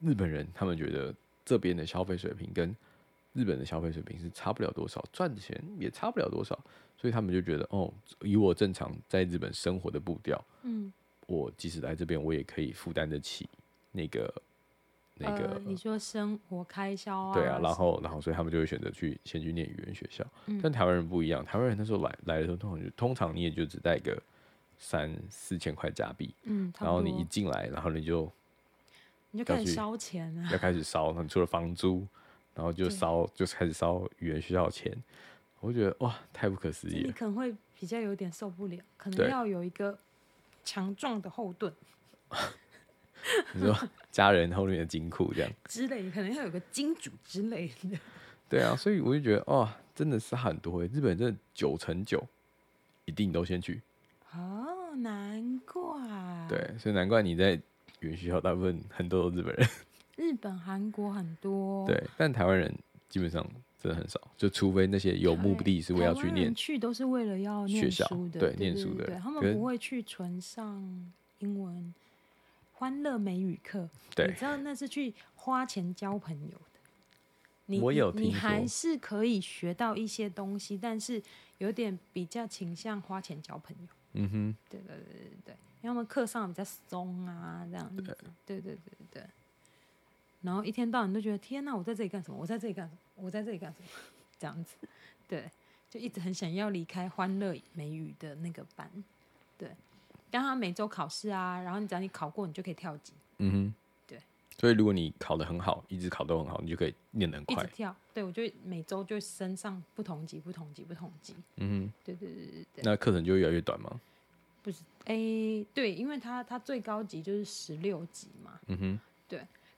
[SPEAKER 1] 日本人他们觉得这边的消费水平跟日本的消费水平是差不了多少，赚的钱也差不了多少，所以他们就觉得哦，以我正常在日本生活的步调，
[SPEAKER 2] 嗯，
[SPEAKER 1] 我即使来这边，我也可以负担得起那个那个、
[SPEAKER 2] 呃、你说生活开销啊，
[SPEAKER 1] 对啊，然后然后所以他们就会选择去先去念语言学校。
[SPEAKER 2] 嗯
[SPEAKER 1] 但台湾人不一样，台湾人那时候来来的时候，通常就通常你也就只带个三四千块假币，
[SPEAKER 2] 嗯，差
[SPEAKER 1] 然后
[SPEAKER 2] 不
[SPEAKER 1] 你
[SPEAKER 2] 多
[SPEAKER 1] 一进来，然后你就
[SPEAKER 2] 你就
[SPEAKER 1] 要
[SPEAKER 2] 开始
[SPEAKER 1] 去
[SPEAKER 2] 烧钱啊，
[SPEAKER 1] 要开始烧，那除了房租，然后就
[SPEAKER 2] 对
[SPEAKER 1] 烧就开始烧语言学校的钱，我就觉得哇，太不可思
[SPEAKER 2] 这
[SPEAKER 1] 议
[SPEAKER 2] 你
[SPEAKER 1] 了。
[SPEAKER 2] 可能会比较有点受不了，可能
[SPEAKER 1] 对
[SPEAKER 2] 要有一个强壮的后盾
[SPEAKER 1] 你说家人后面的金库这样，
[SPEAKER 2] 之类的，可能要有个金主之类的。
[SPEAKER 1] 对啊，所以我就觉得哦，真的是很多欸，日本人真的九成九一定都先去。
[SPEAKER 2] 哦，难怪。啊
[SPEAKER 1] 对，所以难怪你在语言学校大部分很多都日本人，
[SPEAKER 2] 日本、韩国很多。
[SPEAKER 1] 对，但台湾人基本上真的很少，就除非那些有目的是为了要去
[SPEAKER 2] 台湾
[SPEAKER 1] 念
[SPEAKER 2] 人，去都是为了要念
[SPEAKER 1] 学校
[SPEAKER 2] 书的，
[SPEAKER 1] 对
[SPEAKER 2] 对
[SPEAKER 1] 念
[SPEAKER 2] 对
[SPEAKER 1] 书
[SPEAKER 2] 对
[SPEAKER 1] 的
[SPEAKER 2] 对他们
[SPEAKER 1] 可是
[SPEAKER 2] 不会去纯上英文欢乐美语课。
[SPEAKER 1] 对
[SPEAKER 2] 你知道那是去花钱交朋友的。你
[SPEAKER 1] 我
[SPEAKER 2] 你
[SPEAKER 1] 有
[SPEAKER 2] 你
[SPEAKER 1] 听
[SPEAKER 2] 还
[SPEAKER 1] 说
[SPEAKER 2] 是可以学到一些东西，但是有点比较倾向花钱交朋友。
[SPEAKER 1] 嗯哼，
[SPEAKER 2] 对对对对对，因为他们课上比较松啊，这样子。对对对对对。然后一天到晚都觉得天哪，我在这里干什么？我在这里干什么？我在这里干什么？这样子，对，就一直很想要离开欢乐美语的那个班，对。让他每周考试啊，然后你只要你考过，你就可以跳级，
[SPEAKER 1] 嗯哼，
[SPEAKER 2] 对。
[SPEAKER 1] 所以如果你考得很好，一直考得很好，你就可以念得很
[SPEAKER 2] 一直
[SPEAKER 1] 快，
[SPEAKER 2] 跳。对我就每周就升上不同级、不同级、不同级。
[SPEAKER 1] 嗯
[SPEAKER 2] 对对对对
[SPEAKER 1] 哼
[SPEAKER 2] 对，，
[SPEAKER 1] 那课程就会越来越短嘛，
[SPEAKER 2] 不是，诶，对，因为他他最高级就是十六级嘛，
[SPEAKER 1] 嗯哼，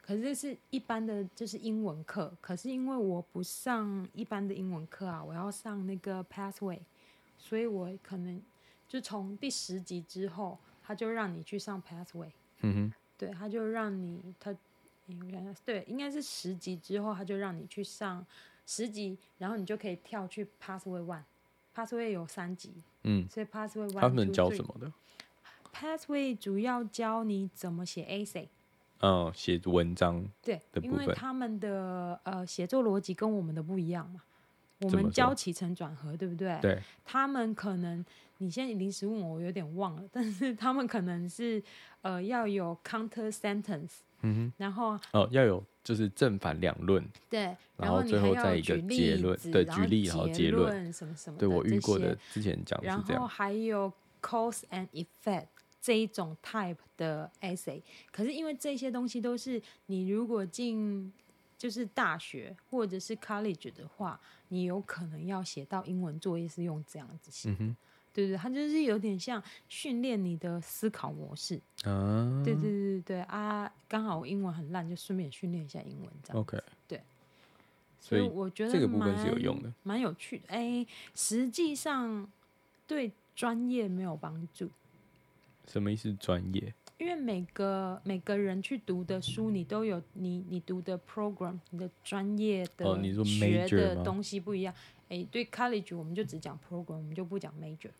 [SPEAKER 2] 可是这是一般的，就是英文课。可是因为我不上一般的英文课啊，我要上那个 Pathway，所以我可能就从第十集之后，他就让你去上 Pathway，
[SPEAKER 1] 嗯哼，
[SPEAKER 2] 对，他就让你他，诶我想想，对，应该是十集之后，他就让你去上十集，然后你就可以跳去 Pathway One。Pathway 有三级，
[SPEAKER 1] 嗯，
[SPEAKER 2] 所以 Pathway One
[SPEAKER 1] 他们
[SPEAKER 2] two,
[SPEAKER 1] 教
[SPEAKER 2] three
[SPEAKER 1] 什么的？
[SPEAKER 2] ？Pathway 主要教你怎么写 essay。
[SPEAKER 1] 嗯，写文章，
[SPEAKER 2] 对
[SPEAKER 1] 的，
[SPEAKER 2] 因
[SPEAKER 1] 部
[SPEAKER 2] 为
[SPEAKER 1] 分
[SPEAKER 2] 他们的呃写作逻辑跟我们的不一样嘛，我
[SPEAKER 1] 怎么
[SPEAKER 2] 们
[SPEAKER 1] 说
[SPEAKER 2] 教起承转合，对不对？
[SPEAKER 1] 对，
[SPEAKER 2] 他们可能你现在临时问我，我有点忘了，但是他们可能是呃要有 counter sentence，
[SPEAKER 1] 嗯
[SPEAKER 2] 然后
[SPEAKER 1] 哼，哦，要有就是正反两论，
[SPEAKER 2] 对，
[SPEAKER 1] 然后
[SPEAKER 2] 后
[SPEAKER 1] 最
[SPEAKER 2] 你还
[SPEAKER 1] 后再
[SPEAKER 2] 要
[SPEAKER 1] 一个
[SPEAKER 2] 举
[SPEAKER 1] 结
[SPEAKER 2] 例
[SPEAKER 1] 论
[SPEAKER 2] 子，
[SPEAKER 1] 对
[SPEAKER 2] 然
[SPEAKER 1] 举
[SPEAKER 2] 后
[SPEAKER 1] 例然后结
[SPEAKER 2] 结
[SPEAKER 1] 论
[SPEAKER 2] 什么什么的，
[SPEAKER 1] 对我遇过的
[SPEAKER 2] 这些，
[SPEAKER 1] 之前讲
[SPEAKER 2] 然
[SPEAKER 1] 是这
[SPEAKER 2] 后
[SPEAKER 1] 样，
[SPEAKER 2] 还有 cause and effect 这一种 type 的 essay，可是因为这些东西都是你如果进就是大学或者是 college 的话，你有可能要写到英文作业是用这样子写。
[SPEAKER 1] 嗯哼，
[SPEAKER 2] 对对，它就是有点像训练你的思考模式。
[SPEAKER 1] 啊，
[SPEAKER 2] 对对对对对啊，刚好我英文很烂，就顺便训练一下英文这样。
[SPEAKER 1] ，OK，哦所
[SPEAKER 2] 所以
[SPEAKER 1] 以
[SPEAKER 2] 我觉得
[SPEAKER 1] 这个部分是有
[SPEAKER 2] 蛮
[SPEAKER 1] 用的，
[SPEAKER 2] 蛮有趣的。哎，实际上对专业没有帮助，
[SPEAKER 1] 什么意思？专业
[SPEAKER 2] 因为每个每个人去读的书，你都有你你读的 program，你的专业的、
[SPEAKER 1] 哦你说
[SPEAKER 2] 学
[SPEAKER 1] major 吗
[SPEAKER 2] 的东西不一样。哎，对 college 我们就只讲 program，我们就不讲 major。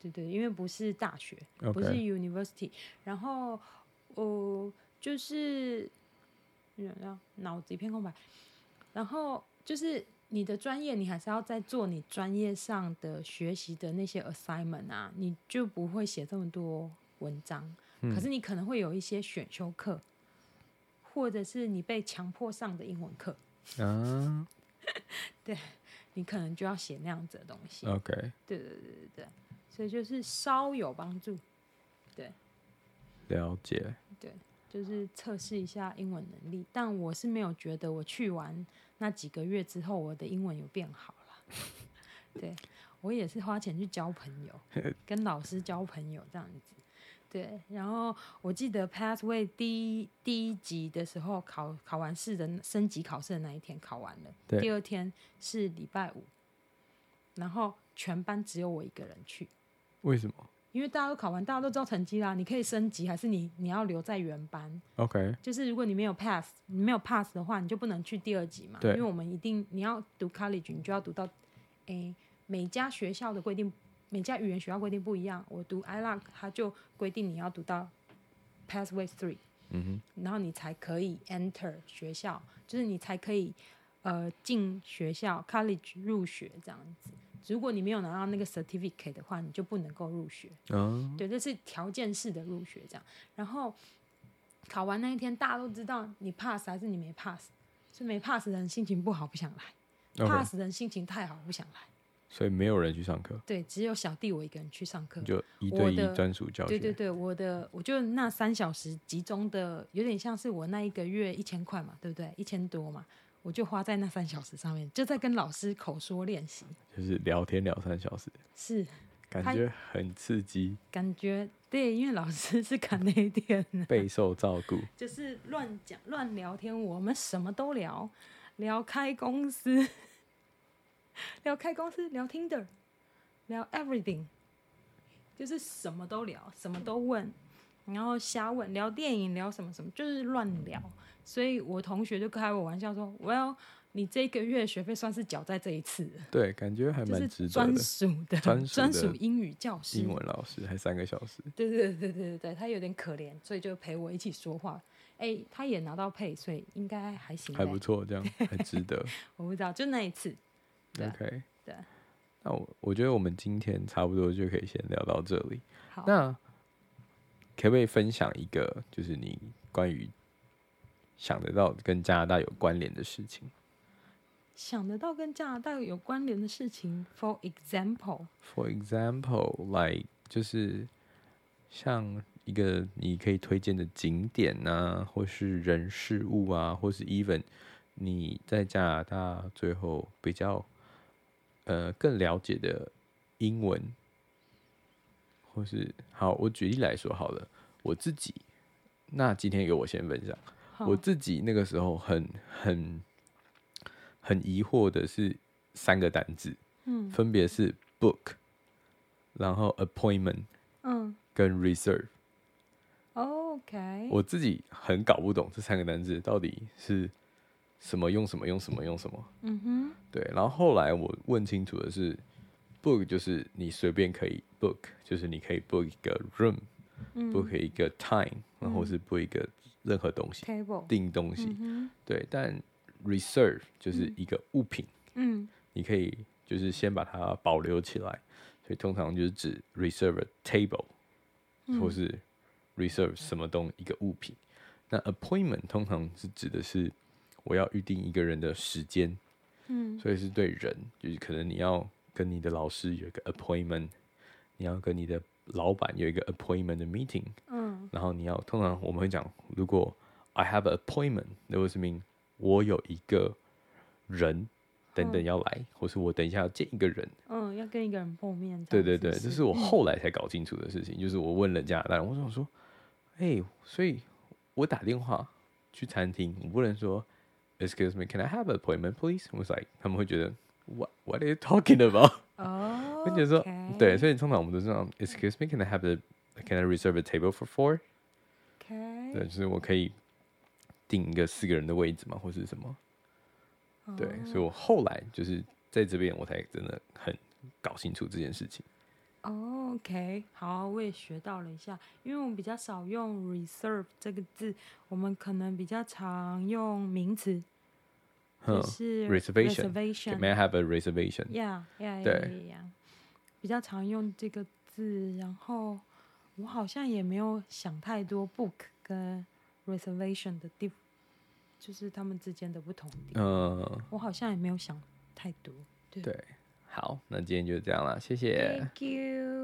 [SPEAKER 2] 对对，因为不是大学。不是
[SPEAKER 1] ，OK，
[SPEAKER 2] university。然后，哦，就是，嗯脑子一片空白。然后就是你的专业，你还是要在做你专业上的学习的那些 assignment 啊，你就不会写这么多文章。可是你可能会有一些选修课，或者是你被强迫上的英文课，
[SPEAKER 1] 啊
[SPEAKER 2] 你可能就要写那样子的东西。
[SPEAKER 1] ，OK，
[SPEAKER 2] 对对对对对，所以就是稍有帮助。
[SPEAKER 1] 了解，
[SPEAKER 2] 就是测试一下英文能力。但我是没有觉得我去完那几个月之后，我的英文有变好了。对我也是花钱去交朋友，跟老师交朋友这样子。对，然后我记得 Pathway 第一第一集的时候考考完试的升级考试的那一天考完了，
[SPEAKER 1] 对
[SPEAKER 2] 第二天是礼拜五，然后全班只有我一个人去，
[SPEAKER 1] 为什么
[SPEAKER 2] 因为大家都考完，大家都知道成绩啦，你可以升级，还是你你要留在原班？
[SPEAKER 1] ？OK，
[SPEAKER 2] 就是如果你没有 pass，你没有 pass 的话，你就不能去第二级嘛。
[SPEAKER 1] 对
[SPEAKER 2] 因为我们一定你要读 college，你就要读到，诶，每家学校的规定，每家语言学校规定不一样。我读 ILAC，它就规定你要读到 pathway three，
[SPEAKER 1] 嗯
[SPEAKER 2] 然后你才可以 enter 学校，就是你才可以呃进学校 college 入学这样子。如果你没有拿到那个 certificate 的话，你就不能够入学。
[SPEAKER 1] 哼，啊，
[SPEAKER 2] 对，这是条件式的入学这样。然后考完那一天，大家都知道你 pass 还是你没 pass，所以没 pass 的人心情不好不想来
[SPEAKER 1] OK
[SPEAKER 2] pass 的人心情太好不想来。
[SPEAKER 1] 所以没有人去上课，
[SPEAKER 2] 对，只有小弟我一个人去上课
[SPEAKER 1] 你。就一
[SPEAKER 2] 我
[SPEAKER 1] 对一
[SPEAKER 2] 的
[SPEAKER 1] 专属教
[SPEAKER 2] 对对
[SPEAKER 1] 学，
[SPEAKER 2] 对，我的我就那三小时集中的，有点像是我那一个月一千块嘛，对不对？一千多嘛，我就花在那三小时上面，就在跟老师口说练习，
[SPEAKER 1] 就是聊天聊三小时，
[SPEAKER 2] 是
[SPEAKER 1] 感
[SPEAKER 2] 他
[SPEAKER 1] 觉很刺激，
[SPEAKER 2] 感觉对，因为老师是 Canadian
[SPEAKER 1] 备受照 顾。
[SPEAKER 2] 就是乱讲乱聊天，我们什么都聊，聊开公司， 聊开公司，聊 Tinder，聊 everything，就是什么都聊，什么都问，然后瞎问，聊电影，聊什么什么，就是乱聊。所以我同学就开我玩笑说：“Well，你这个月学费算是缴在这一次了，
[SPEAKER 1] 对，感觉还
[SPEAKER 2] 就
[SPEAKER 1] 蛮值
[SPEAKER 2] 是
[SPEAKER 1] 得
[SPEAKER 2] 专
[SPEAKER 1] 的。
[SPEAKER 2] 属的
[SPEAKER 1] 专属的
[SPEAKER 2] 专属英语教师。”
[SPEAKER 1] 英文老师还三个小时，
[SPEAKER 2] 对对对对对对，他有点可怜，所以就陪我一起说话。哎，他也拿到配，所以应该还行
[SPEAKER 1] 还
[SPEAKER 2] 嘞。
[SPEAKER 1] 不错，这样很值得。
[SPEAKER 2] 我不知道，就那一次。 对啊
[SPEAKER 1] OK，
[SPEAKER 2] 对
[SPEAKER 1] 那我我觉得我们今天差不多就可以先聊到这里。
[SPEAKER 2] 好，
[SPEAKER 1] 那可不可以分享一个，就是你关于想得到跟加拿大有关联的事情
[SPEAKER 2] 想得到跟加拿大有关联的事情，for example，
[SPEAKER 1] ？For example，like 就是像一个你可以推荐的景点呐、或是人事物啊，或是 even 你在加拿大最后比较呃更了解的英文，或是好，我举例来说好了，我自己。那今天由我先分享，
[SPEAKER 2] 好
[SPEAKER 1] 我自己那个时候很很很疑惑的是三个单字，
[SPEAKER 2] 嗯
[SPEAKER 1] 分别是 book，然后 appointment
[SPEAKER 2] 嗯
[SPEAKER 1] 跟 reserve。
[SPEAKER 2] ，OK，
[SPEAKER 1] 我自己很搞不懂这三个单字到底是什么用什么用什么用什么。
[SPEAKER 2] 嗯哼，
[SPEAKER 1] 对，然后后来我问清楚的是，book 就是你随便可以 book，就是你可以 book 一个 room，book、一
[SPEAKER 2] 嗯
[SPEAKER 1] 个 time，然后是 book 一个任何东西，
[SPEAKER 2] ，table，
[SPEAKER 1] 订东西。
[SPEAKER 2] 嗯哼，
[SPEAKER 1] 对，但 reserve 就是一个物品，
[SPEAKER 2] 嗯
[SPEAKER 1] 你可以就是先把它保留起来，所以通常就是指 reserve a table
[SPEAKER 2] 嗯
[SPEAKER 1] 或是 reserve 什么东一个物品。那 appointment 通常是指的是我要预定一个人的时间，
[SPEAKER 2] 嗯
[SPEAKER 1] 所以是对人，就是可能你要跟你的老师有一个 appointment，你要跟你的老板有一个 appointment 的 meeting，
[SPEAKER 2] 嗯
[SPEAKER 1] 然后你要通常我们会讲，如果 I have an appointment，that was mean 我有一个人等等要来，或是我等一下要见一个人。
[SPEAKER 2] 嗯，要跟一个人碰面这
[SPEAKER 1] 对
[SPEAKER 2] 样子。
[SPEAKER 1] 对对，
[SPEAKER 2] 是嗯
[SPEAKER 1] 这是我后来才搞清楚的事情，就是我问人家，然后我想说，哎、所以我打电话去餐厅，我不能说 Excuse me, can I have an appointment, please？我 was like，他们会觉得 What What are you talking about？
[SPEAKER 2] 哦，
[SPEAKER 1] 我觉得说
[SPEAKER 2] OK
[SPEAKER 1] 对，所以通常我们都是这样，Excuse me, can I have a Can I reserve a table for four？
[SPEAKER 2] ，OK，
[SPEAKER 1] 对，就是我可以定一个四个人的位置嘛，或是什么。对，
[SPEAKER 2] 哦
[SPEAKER 1] 所以我后来就是在这边，我才真的很搞清楚这件事情。
[SPEAKER 2] 哦，OK，好，我也学到了一下，因为我们比较少用 reserve 这个字，我们可能比较常用名词，
[SPEAKER 1] 嗯
[SPEAKER 2] 就是
[SPEAKER 1] reservation，，May
[SPEAKER 2] reservation，yeah
[SPEAKER 1] I have a reservation？
[SPEAKER 2] yeah yeah
[SPEAKER 1] 对
[SPEAKER 2] yeah，yeah，比较常用这个字，然后我好像也没有想太多 book 跟 reservation 的地，就是他们之间的不同点，
[SPEAKER 1] 嗯，
[SPEAKER 2] 我好像也没有想太多。
[SPEAKER 1] 对，好，那今天就这样啦，谢谢。
[SPEAKER 2] Thank you。